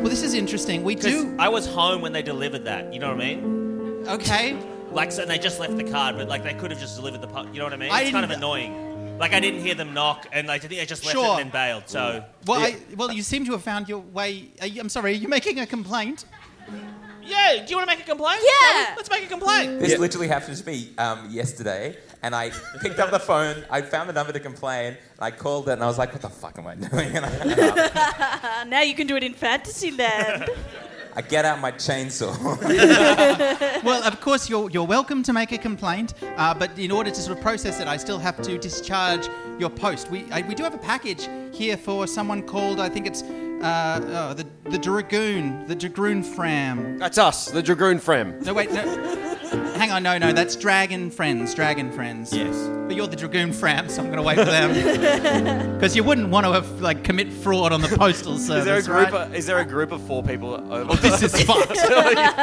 A: Well, this is interesting. We
D: 'Cause
A: do.
D: I was home when they delivered that. You know what I mean?
A: Okay.
D: Like, so they just left the card, but like they could have just delivered the. Po- you know what I mean?
A: I
D: it's kind of
A: didn't-
D: annoying. Like I didn't hear them knock, and like, I think they just left
A: Sure.
D: it and then bailed. So
A: Well, I, well, you seem to have found your way. Are you, I'm sorry. Are you making a complaint?
D: yeah, do you want to make a complaint?
B: Yeah.
D: Shall we? let's make a complaint.
E: This literally happened to me um, yesterday, and I picked up the phone. I found the number to complain, and I called it, and I was like, "What the fuck am I doing?" And I, hung up.
B: Uh, now you can do it in Fantasyland.
E: I get out my chainsaw.
A: well, of course, you're, you're welcome to make a complaint, uh, but in order to sort of process it, I still have to discharge your post. We, I, we do have a package here for someone called, I think it's uh, oh, the, the Dragoon, the Dragoon Fram.
H: That's us, the Dragoon Frem.
A: No, wait, no. Hang on, no, no, that's Dragon Friends, Dragon Friends.
D: Yes.
A: But you're the Dragoon Fram, so I'm going to wait for them. Because you wouldn't want to have, like, commit fraud on the postal service.
H: Is there a group?
A: right?
H: Of, is there a group of four people? Over
A: This is fucked.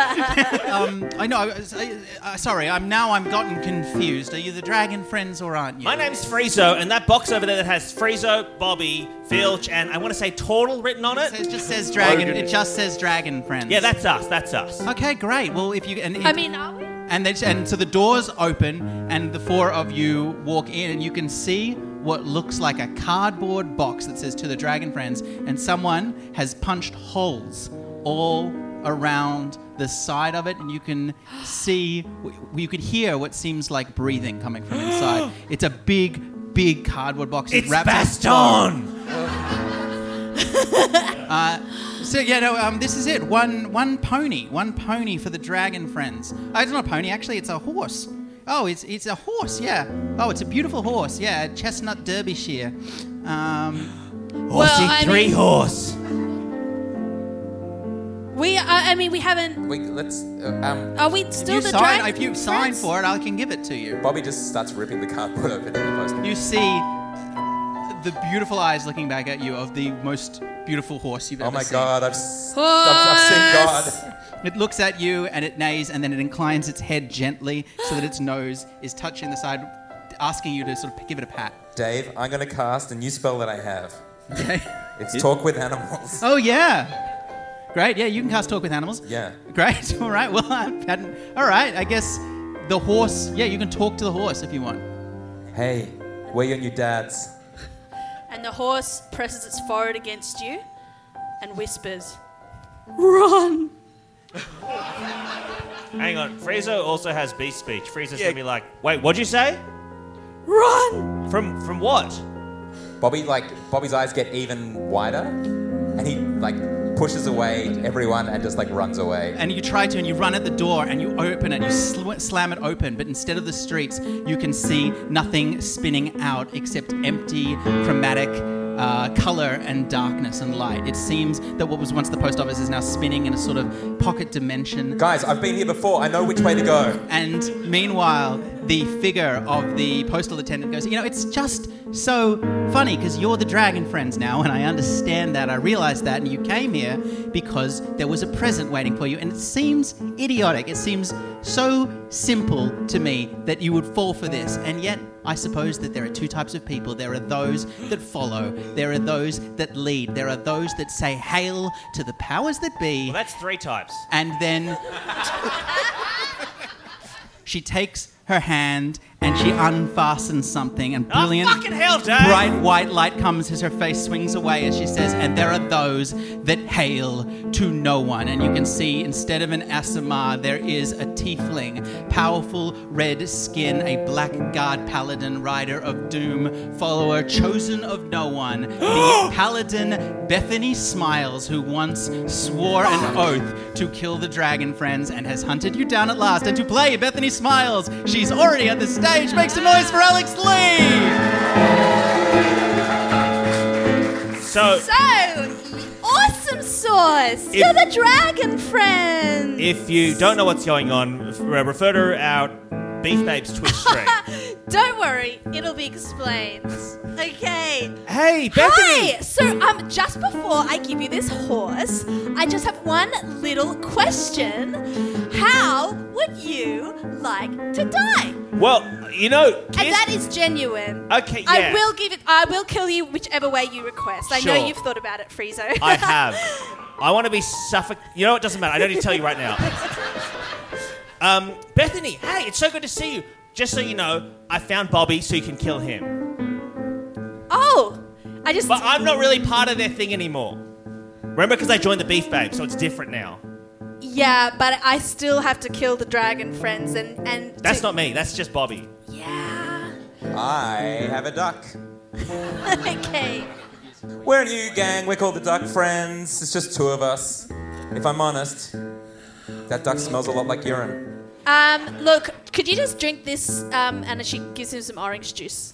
A: um, I know. I, I, I, sorry, I'm now. I'm gotten confused. Are you the dragon friends or aren't you?
D: My name's Friezo, and that box over there that has Friezo, Bobby, Filch, and I want to say Tortle written on
A: So
D: it.
A: it just says dragon.
H: Logan.
A: It just says dragon friends.
D: Yeah, that's us. That's us.
A: Okay, great. Well, if you and
G: I mean, are we?
A: and they, and so the doors open and the four of you walk in and you can see what looks like a cardboard box that says to the dragon friends and someone has punched holes all around the side of it and you can see w- you can hear what seems like breathing coming from inside it's a big big cardboard box
D: It's
A: wrapped in-
D: Baston.
A: So yeah, no, um, this is it. One one pony, one pony for the dragon friends. Oh, it's not a pony, actually. It's a horse. Oh, it's it's a horse. Yeah. Oh, it's a beautiful horse. Yeah, chestnut Derbyshire. Um,
G: Well, I
D: three
G: mean-
D: horse.
G: We are, I mean, we haven't.
E: Wait, let's. Uh, um,
G: Are we
A: if
G: still
A: you
G: the
A: sign,
G: dragon?
A: if you sign
G: friends?
A: for it, I can give it to you.
E: Bobby just starts ripping the cardboard open. and he goes,
A: You see the beautiful eyes looking back at you of the most beautiful horse you've
E: Oh
A: ever
E: my
A: seen.
E: god, I've, s- I've, I've seen God.
A: It looks at you and it neighs and then it inclines its head gently so that its nose is touching the side, asking you to sort of give it a pat.
E: Dave, I'm gonna cast a new spell that I have.
A: Okay.
E: It's talk with animals.
A: Oh yeah. Great. Yeah, you can cast talk with animals.
E: Yeah.
A: Great. All right. Well, I hadn't. All right. I guess the horse. Yeah, you can talk to the horse if you want.
E: Hey, where your new dads?
B: and the horse presses its forehead against you and whispers, Run!
D: Hang on. Friezo also has beast speech. Friezo's
H: Yeah.
D: gonna be like, wait, what'd you say?
B: Run!
D: From from what?
E: Bobby like Bobby's eyes get even wider, and he like pushes away everyone and just like runs away.
A: And you try to, and you run at the door, and you open it, you sl- slam it open. But instead of the streets, you can see nothing spinning out except empty, chromatic. Uh, color and darkness and light. It seems that what was once the post office is now spinning in a sort of pocket dimension.
E: Guys, I've been here before. I know which way to go.
A: And meanwhile, the figure of the postal attendant goes, You know, it's just so funny because you're the dragon friends now, and I understand that. I realize that, and you came here because there was a present waiting for you, and it seems idiotic. It seems so simple to me that you would fall for this, and yet I suppose that there are two types of people. There are those that follow, there are those that lead, there are those that say, Hail to the powers that be
D: Well, that's three types.
A: and then she takes her hand and she unfastens something, and
I: Oh,
A: brilliant,
I: fucking hell, Dave.
A: bright white light comes as her face swings away as she says, "And there are those that hail to no one." And you can see instead of an Asimar, there is a Tiefling, powerful red skin, a blackguard paladin, rider of doom, follower chosen of no one, the paladin Bethany Smiles, who once swore an oath to kill the dragon friends and has hunted you down at last. And to play Bethany Smiles, she's already at the stage. Make some noise for Alex Lee!
I: So
B: So, awesome sauce! You're the dragon friend!
I: if you don't know what's going on,
D: uh,
I: f- re- refer to our Beef Babes Twitch stream.
B: Don't worry, it'll be explained. Okay.
I: hey, Bethany!
B: Hi! So, um, just before I give you this horse, I just have one little question. How would you like to die?
I: Well, you know,
B: And
I: Kirst-
B: that is genuine.
I: Okay,
B: I
I: yeah.
B: will give it. I will kill you whichever way you request. I know
I: Sure.
B: you've thought about it, Friezo.
I: I have. I want to be suffocated. You know, it doesn't matter. I don't need to tell you right now. Um, Bethany, hey, it's so good to see you. Just so you know, I found Bobby so you can kill him.
B: oh, I just.
I: But I'm not really part of their thing anymore. Remember, because I joined the Beef Babe, so it's different now.
B: yeah, but I still have to kill the dragon friends and and.
I: That's
B: to-
I: not me. That's just Bobby.
B: Yeah.
E: I have a duck.
B: okay.
E: We're a new gang. We're called the Duck Friends. It's just two of us. If I'm honest, that duck smells a lot like urine.
B: Um, look, could you just drink this? Um, and she gives him some orange juice.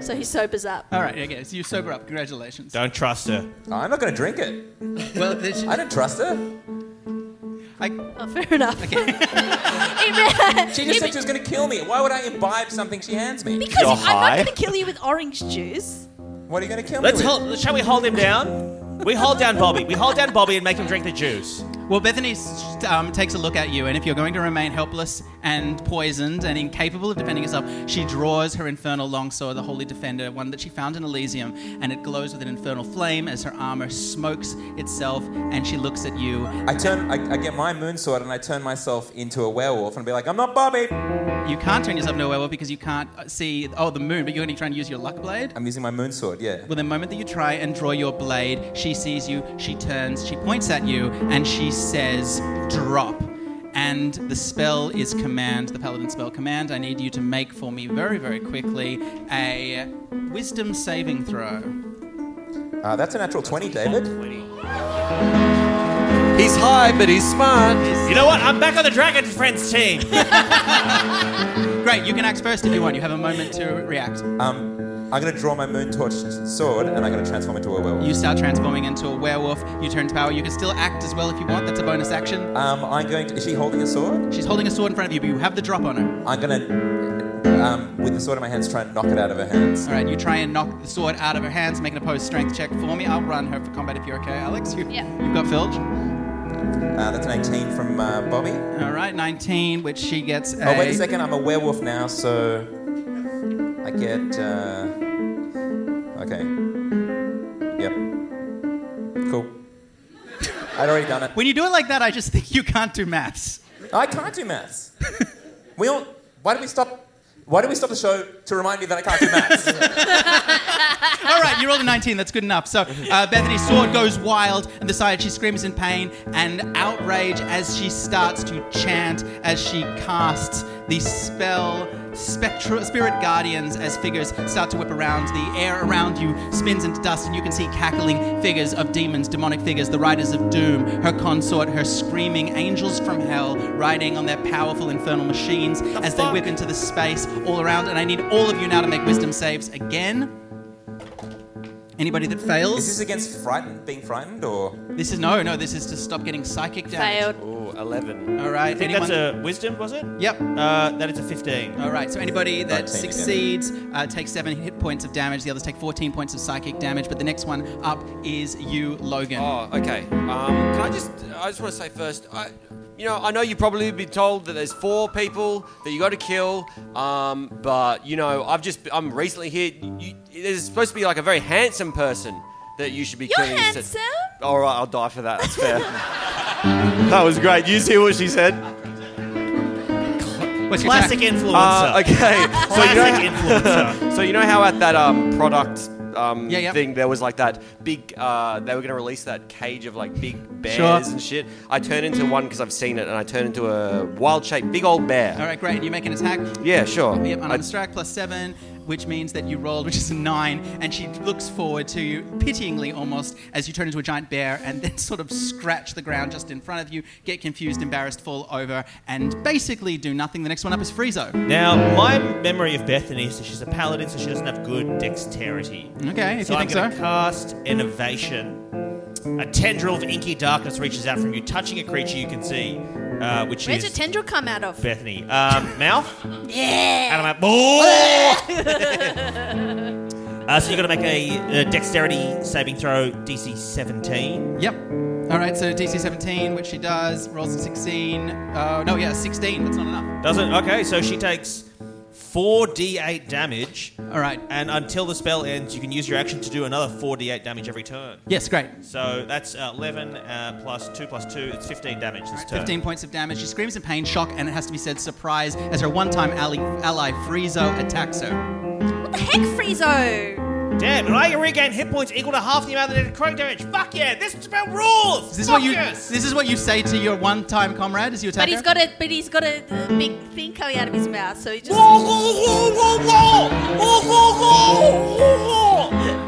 B: so he sobers up.
A: All right, okay, so you sober up. Congratulations.
I: Don't trust her.
E: I'm not going to drink it.
A: Well, there's-
E: I don't trust her.
A: I-
B: Oh, fair enough.
E: She just said she was going to kill me. Why would I imbibe something she hands me?
B: because
I: You're
B: I'm not
I: high.
B: going to kill you with orange juice.
E: What are you going to kill
I: Let's
E: me with?
I: hold. Oh, Shall we hold him down? We hold down Bobby. We hold down Bobby and make him drink the juice.
A: well, Bethany s- um, takes a look at you, and if you're going to remain helpless and poisoned and incapable of defending yourself, she draws her infernal longsword, the Holy Defender, one that she found in Elysium, and it glows with an infernal flame as her armor smokes itself, and she looks at you.
E: I turn. I, I get my moon sword and I turn myself into a werewolf and be like, I'm not Bobby.
A: You can't turn yourself into a werewolf because you can't uh, see, oh, the moon, but you're going to try and use your luck blade?
E: I'm using my moon sword. Yeah.
A: Well, the moment that you try and draw your blade, she sees you, she turns, she points at you, and she says, drop. And the spell is command, the paladin spell command. I need you to make for me very, very quickly a wisdom saving throw.
E: Uh, that's a natural 20, David.
C: He's high, but he's smart.
I: You know what? I'm back on the Dragon Friends team.
A: Great, you can act first if you want. You have a moment to react.
E: Um, I'm going to draw my moon torch sword and I'm going to transform into a werewolf.
A: You start transforming into a werewolf, you turn to power. You can still act as well if you want, that's a bonus action.
E: Um, I'm going. To, is she holding a sword?
A: She's holding a sword in front of you, but you have the drop on her.
E: I'm gonna, um, with the sword in my hands, try and knock it out of her hands.
A: All right, you try and knock the sword out of her hands, make an opposed strength check for me. I'll run her for combat if you're okay, Alex. You,
B: Yeah.
A: You've got filch.
E: Uh, that's an 18 from uh, Bobby.
A: All right, 19, which she gets a.
E: Oh wait a second, I'm a werewolf now, so I get. Uh, okay. Yep. Cool. I'd already done it.
A: When you do it like that, I just think you can't do maths.
E: I can't do maths. We all. Why did we stop? Why did we stop the show to remind me that I can't do maths?
A: All right, you rolled a 19. That's good enough. So uh, Bethany's sword goes wild, and the side she screams in pain and outrage as she starts to chant as she casts the spell spectral spirit guardians as figures start to whip around. The air around you spins into dust, and you can see cackling figures of demons, demonic figures, the riders of doom, her consort, her screaming angels from hell, riding on their powerful infernal machines as they whip into the space all around. And I need all of you now to make wisdom saves again. Anybody that fails?
E: Is this against frightened, being frightened, or
A: This is no, no. This is to stop getting psychic damage.
B: Failed.
C: Ooh, 11.
A: All right.
I: I think
A: anyone?
I: that's a wisdom, was it?
A: Yep.
I: Uh, that is a 15.
A: All right. So anybody
E: Nineteen
A: that
E: again.
A: succeeds uh, takes seven hit points of damage. The others take fourteen points of psychic damage. But the next one up is you, Logan.
C: Oh, okay. Um, can I just, I just want to say first, I, you know, I know you've probably been told that there's four people that you got to kill, um, but, you know, I've just, I'm recently here. You, there's supposed to be like a very handsome person that you should be
B: You're
C: killing. instead.
B: handsome.
C: All right, I'll die for that. That's fair. that was great. You see what she said?
A: What's your
I: Classic
A: attack?
I: influencer.
C: Uh, okay. so you
I: Classic
C: know,
I: influencer.
C: so you know how at that um, product um,
A: Yeah, yeah.
C: thing there was like that big. Uh, they were going to release that cage of like big bears
A: Sure.
C: and shit. I turn into one because I've seen it, and I turn into a wild shaped big old bear.
A: All right, great. You make an attack.
C: Yeah, sure.
A: Yep, and
C: I-
A: I'm strike plus seven, which means that you rolled, which is a nine, and she looks forward to you, pityingly almost, as you turn into a giant bear and then sort of scratch the ground just in front of you, get confused, embarrassed, fall over, and basically do nothing. The next one up is Friezo.
I: Now, my memory of Bethany is that she's a paladin, so she doesn't have good dexterity.
A: Okay, if
I: so
A: you
I: I'm
A: think
I: gonna
A: so.
I: cast innovation. A tendril of inky darkness reaches out from you, touching a creature you can see, uh, which
B: Where's
I: is
B: your tendril come out of?
I: Bethany. Um, mouth. Yeah. And I'm like, "Oh!" uh, so you're gonna make a, a dexterity saving throw, DC 17.
A: Yep. All right, so DC 17, which she does, rolls a 16. Oh, no, yeah, 16. That's not enough.
I: Doesn't. Okay, so she takes 4d8 damage.
A: All right.
I: And until the spell ends, you can use your action to do another 4d8 damage every turn.
A: Yes, great.
I: So that's uh, 11 uh, plus 2 plus 2. It's 15 damage this turn.
A: 15 points of damage. She screams in pain, shock, and it has to be said, surprise, as her one time ally, ally Friezo attacks her.
B: What the heck, Friezo?
I: Damn, and I can regain hit points equal to half the amount that did croak damage. Fuck yeah, this spell rules!
A: Is this
I: Fuck
A: what you
I: yes!
A: this is what you say to your one time comrade as you attack
B: But he's
A: her?
B: got a but he's got a uh, big thing coming out of his mouth, so he just
I: Whoa, whoa, whoa, whoa, whoa! Whoa, whoa, whoa, whoa, whoa!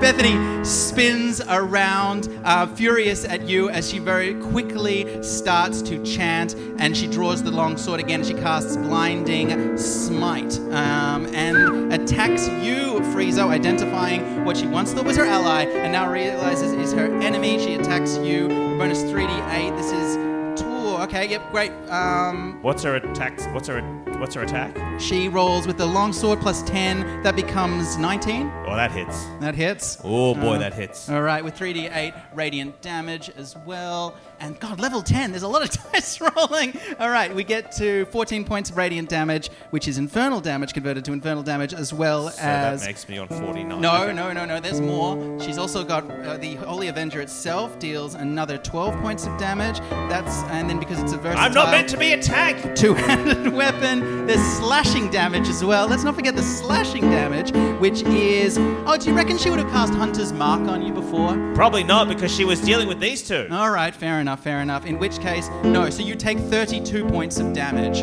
A: Bethany spins around, uh, furious at you, as she very quickly starts to chant, and she draws the long sword again. She casts blinding smite um, and attacks you, Friezo, identifying what she once thought was her ally and now realizes is her enemy. She attacks you. Bonus 3d8. This is two. Okay, yep, great. Um,
I: What's her attack? What's her what's her attack?
A: she rolls with the long sword plus 10. That becomes 19.
I: Oh, that hits.
A: That hits.
I: Oh
A: Uh,
I: boy, that hits.
A: All right, with 3d8 radiant damage as well. And God, level 10, there's a lot of dice rolling. All right, we get to 14 points of radiant damage, which is infernal damage converted to infernal damage as well
I: so
A: as.
I: that makes me on 49.
A: no, no, no, no, there's more. She's also got uh, the Holy Avenger itself deals another 12 points of damage. That's and then because it's a versatile
I: I'm not meant to be attacked!
A: two-handed weapon. There's slashing damage as well. Let's not forget the slashing damage, which is oh, do you reckon she would have cast Hunter's Mark on you before?
I: Probably not because she was dealing with these two.
A: All right, fair enough, fair enough. In which case, no. So you take 32 points of damage,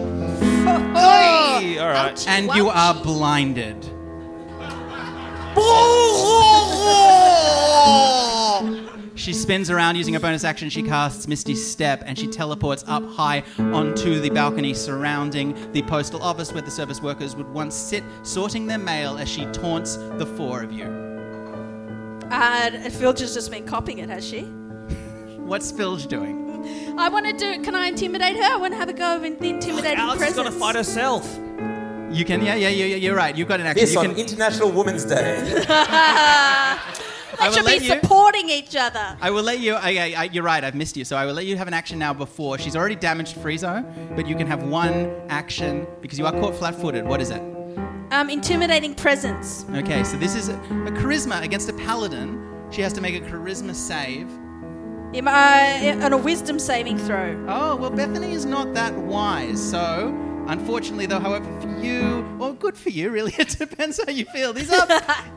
I: Hey, all right.
B: Ouch.
A: and you are blinded. She spins around using a bonus action. She casts Misty Step and she teleports up high onto the balcony surrounding the postal office where the service workers would once sit, sorting their mail as she taunts the four of you.
J: Uh, Filger's just been copying it, has she?
A: What's Filge doing?
B: I wanna do can I intimidate her? I wanna have a go of in- the intimidating
I: Alex is
B: presence.
I: gonna fight herself.
A: You can, yeah, yeah, yeah, yeah, you're right. You've got an action.
E: This
A: You
E: on
A: can,
E: International Women's Day.
A: I
B: They
A: will
B: should
A: let
B: be
A: you.
B: supporting each other.
A: I will let you. I, I, I, you're right. I've missed you, so I will let you have an action now. Before she's already damaged Friezo, but you can have one action because you are caught flat-footed. What is it?
J: Um, intimidating presence.
A: Okay, so this is a, a charisma against a paladin. She has to make a charisma save.
J: Am I- and a wisdom saving throw.
A: Oh well, Bethany is not that wise, so. Unfortunately, though, however, for you, well, good for you, really. It depends how you feel. These are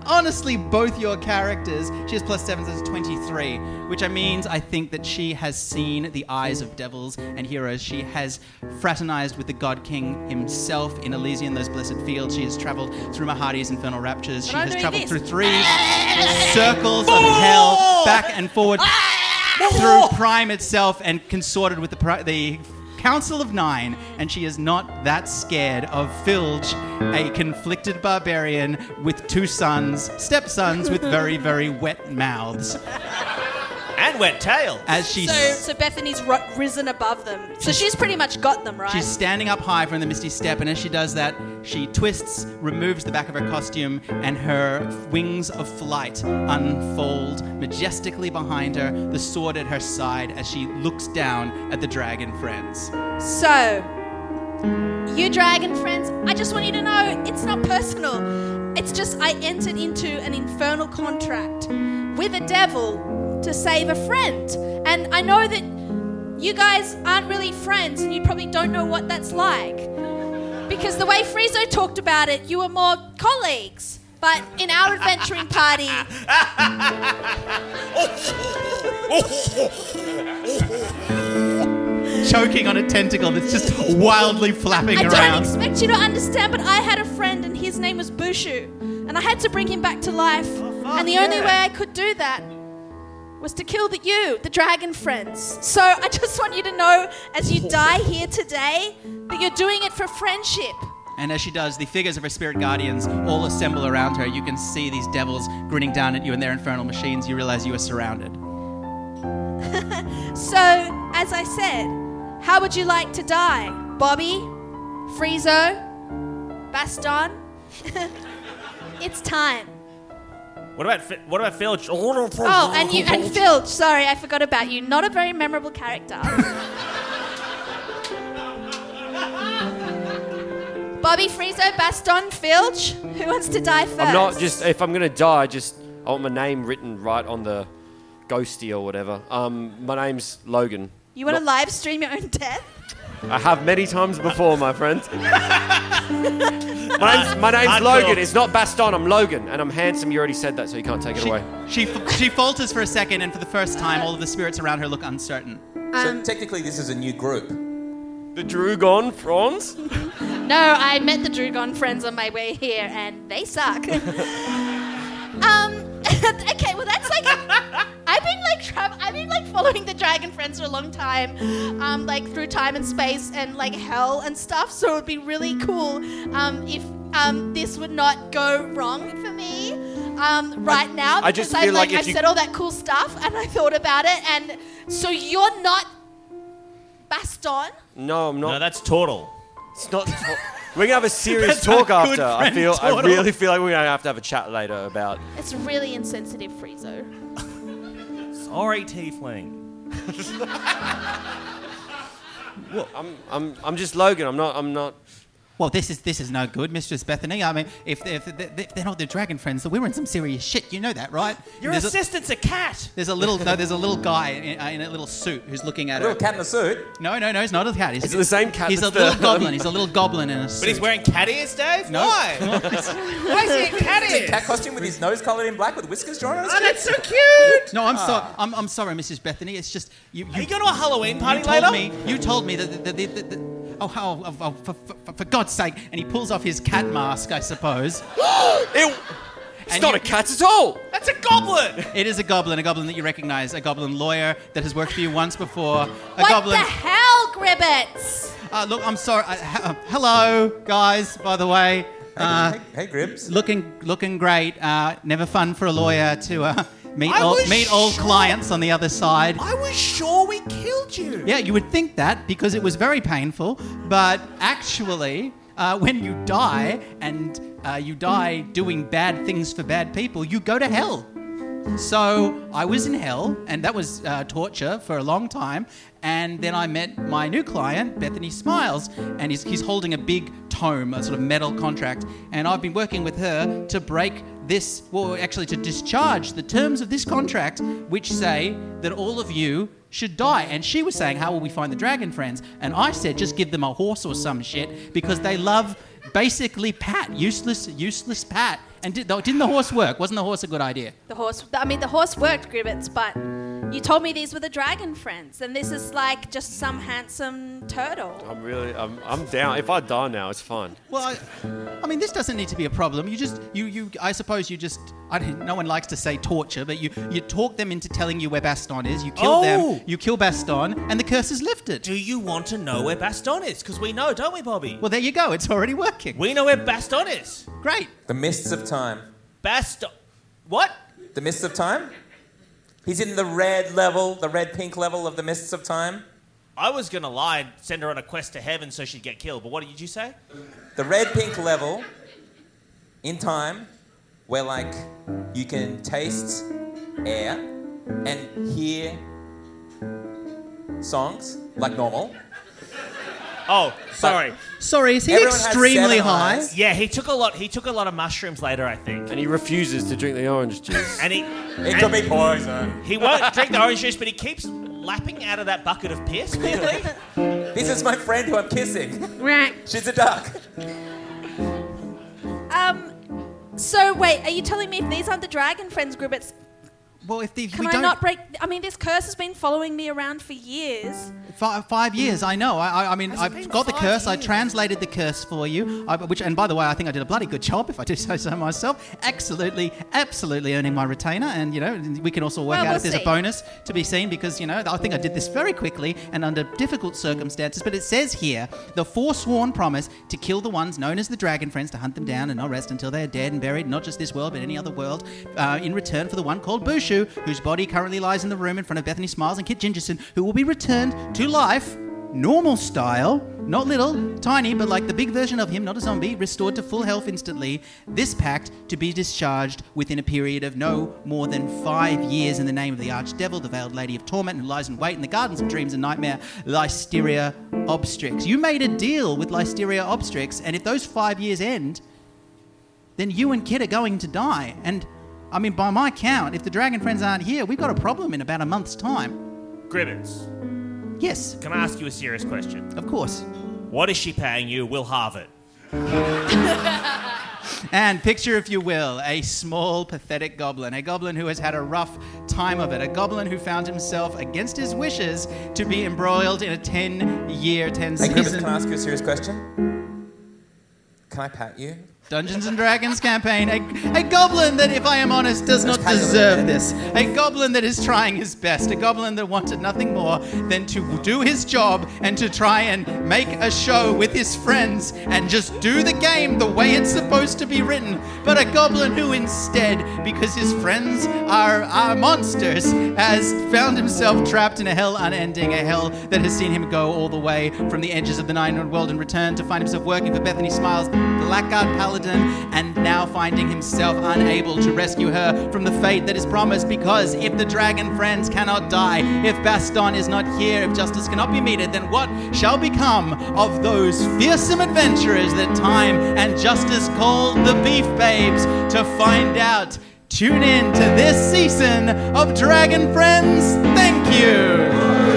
A: honestly both your characters. She has plus seven, so that's 23, which I means I think that she has seen the eyes of devils and heroes. She has fraternized with the God King himself in Elysian, those blessed fields. She has traveled through Mahadi's infernal raptures. She
B: I'm
A: has
B: doing
A: traveled
B: this.
A: through three circles of hell, back and forward through Prime itself and consorted with the, pri- the Council of Nine, and she is not that scared of Filge, a conflicted barbarian with two sons, stepsons with very, very wet mouths.
I: And wet tail.
A: As she
J: So, so Bethany's ro- risen above them. So she's pretty much got them, right?
A: She's standing up high from the misty step, and as she does that, she twists, removes the back of her costume, and her wings of flight unfold majestically behind her, the sword at her side, as she looks down at the dragon friends.
J: so
B: You dragon friends, I just want you to know it's not personal. It's just I entered into an infernal contract with a devil to save a friend. And I know that you guys aren't really friends and you probably don't know what that's like. Because the way Friezo talked about it, you were more colleagues. But in our adventuring party,
A: Choking on a tentacle that's just wildly flapping
B: I don't
A: around.
B: expect you to understand, but I had a friend and his name was Bushu. And I had to bring him back to life. and the only way I could do that was to kill the you, the dragon friends. So I just want you to know as you die here today that you're doing it for friendship.
A: And as she does, the figures of her spirit guardians all assemble around her. You can see these devils grinning down at you in their infernal machines. You realize you are surrounded.
B: So, as I said, how would you like to die? Bobby? Friezo? Baston? it's time.
I: What about Fi- what about Filch?
B: Oh, and you and Filch, sorry, I forgot about you. Not a very memorable character. Bobby Friezo, Baston, Filch. Who wants to die 1st
C: I'm not just if I'm gonna die, just I want my name written right on the ghosty or whatever. Um, my name's Logan.
B: You want to
C: not-
B: live stream your own death?
C: I have many times before, my friends. my
A: Uh,
C: name's, my name's
I: Hardcore.
C: Logan. It's not Baston. I'm Logan, and I'm handsome. You already said that, so you can't take it
A: She,
C: away.
A: she, she falters for a second, and for the first time, all of the spirits around her look uncertain.
E: So technically, this is a new group.
C: The Drugon Franz.
B: No, I met the Drugon friends on my way here, and they suck. um, okay, well that's like I've been like tra- I've been like following the dragon friends for a long time, um, like through time and space and like hell and stuff. So it would be really cool um, if um, this would not go wrong for me um, right now
C: I just
B: because I've
C: feel
B: like,
C: like if
B: I've
C: you-
B: said all that cool stuff and I thought about it, and so you're not Baston.
C: No, I'm not.
A: Oh.
I: No, that's Tortle.
C: it's not. We're gonna have a serious talk
A: our good
C: after. I
A: friend,
C: feel. I
A: Tortle.
C: really feel like we're gonna have to have a chat later about.
B: It's really insensitive, Friezo.
I: Sorry, Tiefling.
C: I'm. I'm. I'm just Logan. I'm not. I'm not.
A: Well, this is this is no good, Mistress Bethany. I mean, if, if, if they're not the dragon friends, then we're in some serious shit. You know that, right?
I: Your
A: there's a,
I: assistant's a cat.
A: there's a little no, there's a little guy in, uh, in a little suit who's looking at
E: A little
A: her.
E: cat in a suit.
A: No, no, no, he's not a cat. He's,
C: Is it the same cat
A: He's a
C: that's
A: little
C: the-
A: goblin. He's a little goblin in a suit.
I: But he's wearing cat ears, Dave.
A: No.
I: Why? Why is he in cat ears?
E: Cat costume with his nose coloured in black with whiskers drawn on his
I: Oh,
E: cheek.
I: that's so cute.
A: No, I'm sorry. I'm, I'm sorry, Mrs. Bethany. It's just you.
I: Ah. Are
A: You,
I: you going to a Halloween party
A: you told
I: later?
A: me. You told me that. that, that, that, that oh, how? Oh, oh, for, for, for God's sake! And he pulls off his cat mask, I suppose.
C: It, it's
A: And
C: not
A: you-
C: a cat at all.
I: That's a goblin.
A: It is a goblin, a goblin that you recognise, a goblin lawyer that has worked for you once before. A
B: what
A: goblin.
B: the hell, Gribbets?
A: Uh, look, I'm sorry. I, he- uh, hello, guys. By the way, uh,
E: hey, hey, Gribbs.
A: looking looking great. Uh, never fun for a lawyer to uh, meet
I: I
A: all,
I: was
A: meet all
I: sure-
A: clients on the other side.
I: I was sure we killed you.
A: Yeah, you would think that because it was very painful, but actually, uh, when you die and uh, you die doing bad things for bad people, you go to hell. So I was in hell, and that was uh, torture for a long time. And then I met my new client, Bethany Smiles, and he's, he's holding a big tome, a sort of metal contract. And I've been working with her to break this, well, actually, to discharge the terms of this contract, which say that all of you should die. And she was saying, How will we find the dragon friends? And I said, Just give them a horse or some shit because they love basically Pat, useless, useless Pat. And did, didn't the horse work? Wasn't the horse a good idea?
B: The horse. I mean, the horse worked, Gribbets, but you told me these were the dragon friends, and this is like just some handsome turtle.
C: I'm really. I'm. I'm down. If I die now, it's fine.
A: Well, I, I mean, this doesn't need to be a problem. You just, you, you. I suppose you just. I don't, no one likes to say torture, but you, you talk them into telling you where Baston is. You kill
I: Oh.
A: them. You kill Baston, and the curse is lifted.
I: Do you want to know where Baston is? Because we know, don't we, Bobby?
A: Well, there you go. It's already working.
I: we know where Baston is.
A: Great.
E: The mists of time.
I: Baston. What?
E: The mists of time. He's in the red level, the red pink level of the mists of time.
I: I was going to lie and send her on a quest to heaven so she'd get killed, but what did you say?
E: The red pink level in time where like you can taste air and hear songs like normal.
I: Oh, sorry.
A: Sorry, is he
E: Everyone has
A: extremely
E: seven
A: high?
E: eyes.
I: yeah, he took a lot. He took a lot of mushrooms later, I think.
C: And he refuses to drink the orange juice.
I: And he
E: It could be poison.
I: he won't drink the orange juice, but he keeps
D: lapping out of that bucket of piss, really?
E: This is my friend who I'm kissing.
G: Right.
E: She's a duck.
B: Um, so wait, are you telling me if these aren't the dragon friends group, it's
A: Well, if the, if
B: can
A: we
B: I
A: don't
B: not break? I mean, this curse has been following me around for years.
A: Fi five years, I know. I, I, I mean, I've got the curse. I translated the curse for you, I, which, and by the way, I think I did a bloody good job, if I do say so myself. Absolutely, absolutely earning my retainer, and you know, we can also work
G: Well,
A: out
G: we'll
A: if there's
G: see.
A: a bonus to be seen because you know, I think I did this very quickly and under difficult circumstances. But it says here the forsworn promise to kill the ones known as the dragon friends, to hunt them down and not rest until they are dead and buried, not just this world but any other world, uh, in return for the one called Bushu, whose body currently lies in the room in front of Bethany Smiles and Kit Gingerson, who will be returned to life normal style, not little, tiny, but like the big version of him, not a zombie, restored to full health instantly. This pact to be discharged within a period of no more than five years in the name of the Archdevil, the Veiled Lady of Torment, who lies in wait in the gardens of dreams and nightmare, Lysteria Obstrix. You made a deal with Lysteria Obstrix, and if those five years end, then you and Kid are going to die. And I mean, by my count, if the dragon friends aren't here, we've got a problem in about a month's time.
D: Grimmins,
A: Yes,
D: can I ask you a serious question?
A: of course.
D: What is she paying you? We'll halve it.
A: And picture, if you will, a small, pathetic goblin. A goblin who has had a rough time of it. A goblin who found himself, against his wishes, to be embroiled in a 10 year, 10
E: Hey, Griffith, can I
A: season
E: ask you a serious question? Can I pat you?
A: Dungeons and Dragons campaign. A, a goblin that, if I am honest, does not
E: pass it a
A: deserve
E: little bit.
A: this. A goblin that is trying his best. A goblin that wanted nothing more than to do his job and to try and make a show with his friends and just do the game the way it's supposed to be written. But a goblin who instead, because his friends are, are monsters, has found himself trapped in a hell unending, a hell that has seen him go all the way from the edges of the Nine World and return to find himself working for Bethany Smiles, Blackguard Paladin, and now finding himself unable to rescue her from the fate that is promised because if the dragon friends cannot die, if Baston is not here, if justice cannot be meted, then what shall become of those fearsome adventurers that time and justice called the Beef Babes to find out? Tune in to this season of Dragon Friends. Thank you.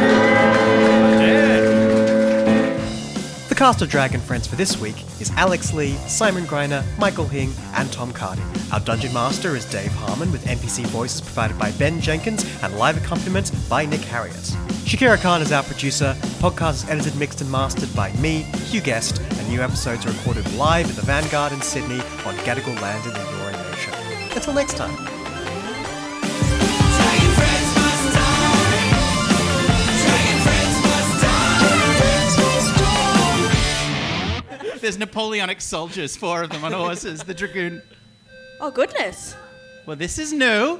I: The cast of Dragon Friends for this week is Alex Lee, Simon Greiner, Michael Hing, and Tom Cardy. Our Dungeon Master is Dave Harmon, with NPC voices provided by Ben Jenkins and live accompaniment by Nick Harriott. Shakira Khan is our producer. The podcast is edited, mixed, and mastered by me, Hugh Guest, and new episodes are recorded live at the Vanguard in Sydney on Gadigal land in the Eora Nation. Until next time.
A: There's Napoleonic soldiers, four of them on horses. The dragoon.
B: Oh goodness.
A: Well, this is new.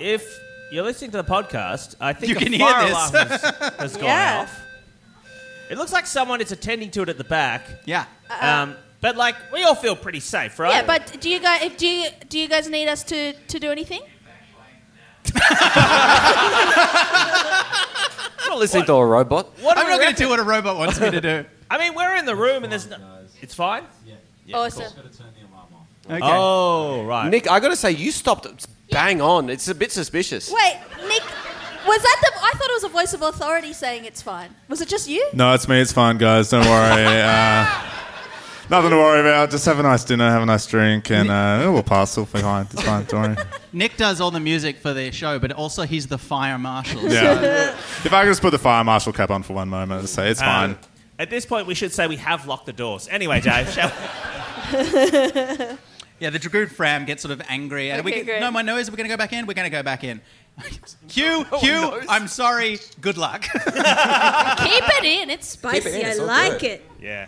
D: If you're listening to the podcast, I think
A: You
D: a
A: can hear
D: fire
A: this.
D: alarm has, has gone
B: Yeah.
D: off. It looks like someone is attending to it at the back.
A: Yeah.
D: Um, but like we all feel pretty safe, right?
G: Yeah, but do you guys do you do you guys need us to, to do anything?
C: I'm not listening to a robot.
D: what
A: I'm
D: we
A: not going to
D: reckon?
A: do what a robot wants me to do.
D: I mean, we're in the room and there's no. It's fine.
G: awesome.
A: Okay.
D: Oh right.
C: Nick, I gotta say, you stopped bang on. It's a bit suspicious.
B: Wait, Nick, was that the? I thought it was a voice of authority saying it's fine. Was it just you?
K: No, it's me. It's fine, guys. Don't worry. Uh, nothing to worry about. Just have a nice dinner, have a nice drink, and uh, it will pass. It'll be fine. It's fine. Don't worry.
A: Nick does all the music for their show, but also he's the fire marshal.
K: Yeah. If I could just put the fire marshal cap on for one moment and say it's fine.
D: Um, at this point, we should say we have locked the doors. Anyway, Dave, shall we?
A: Yeah, the Dragoon Fram gets sort of angry. And
B: Okay,
A: we
B: great.
A: get, no, my nose, we're going to go back in. We're going to go back in. Hugh, Hugh, I'm sorry. Good luck.
G: Keep it in. It's
E: Keep it
G: spicy.
E: in, it's all good.
B: it.
D: Yeah.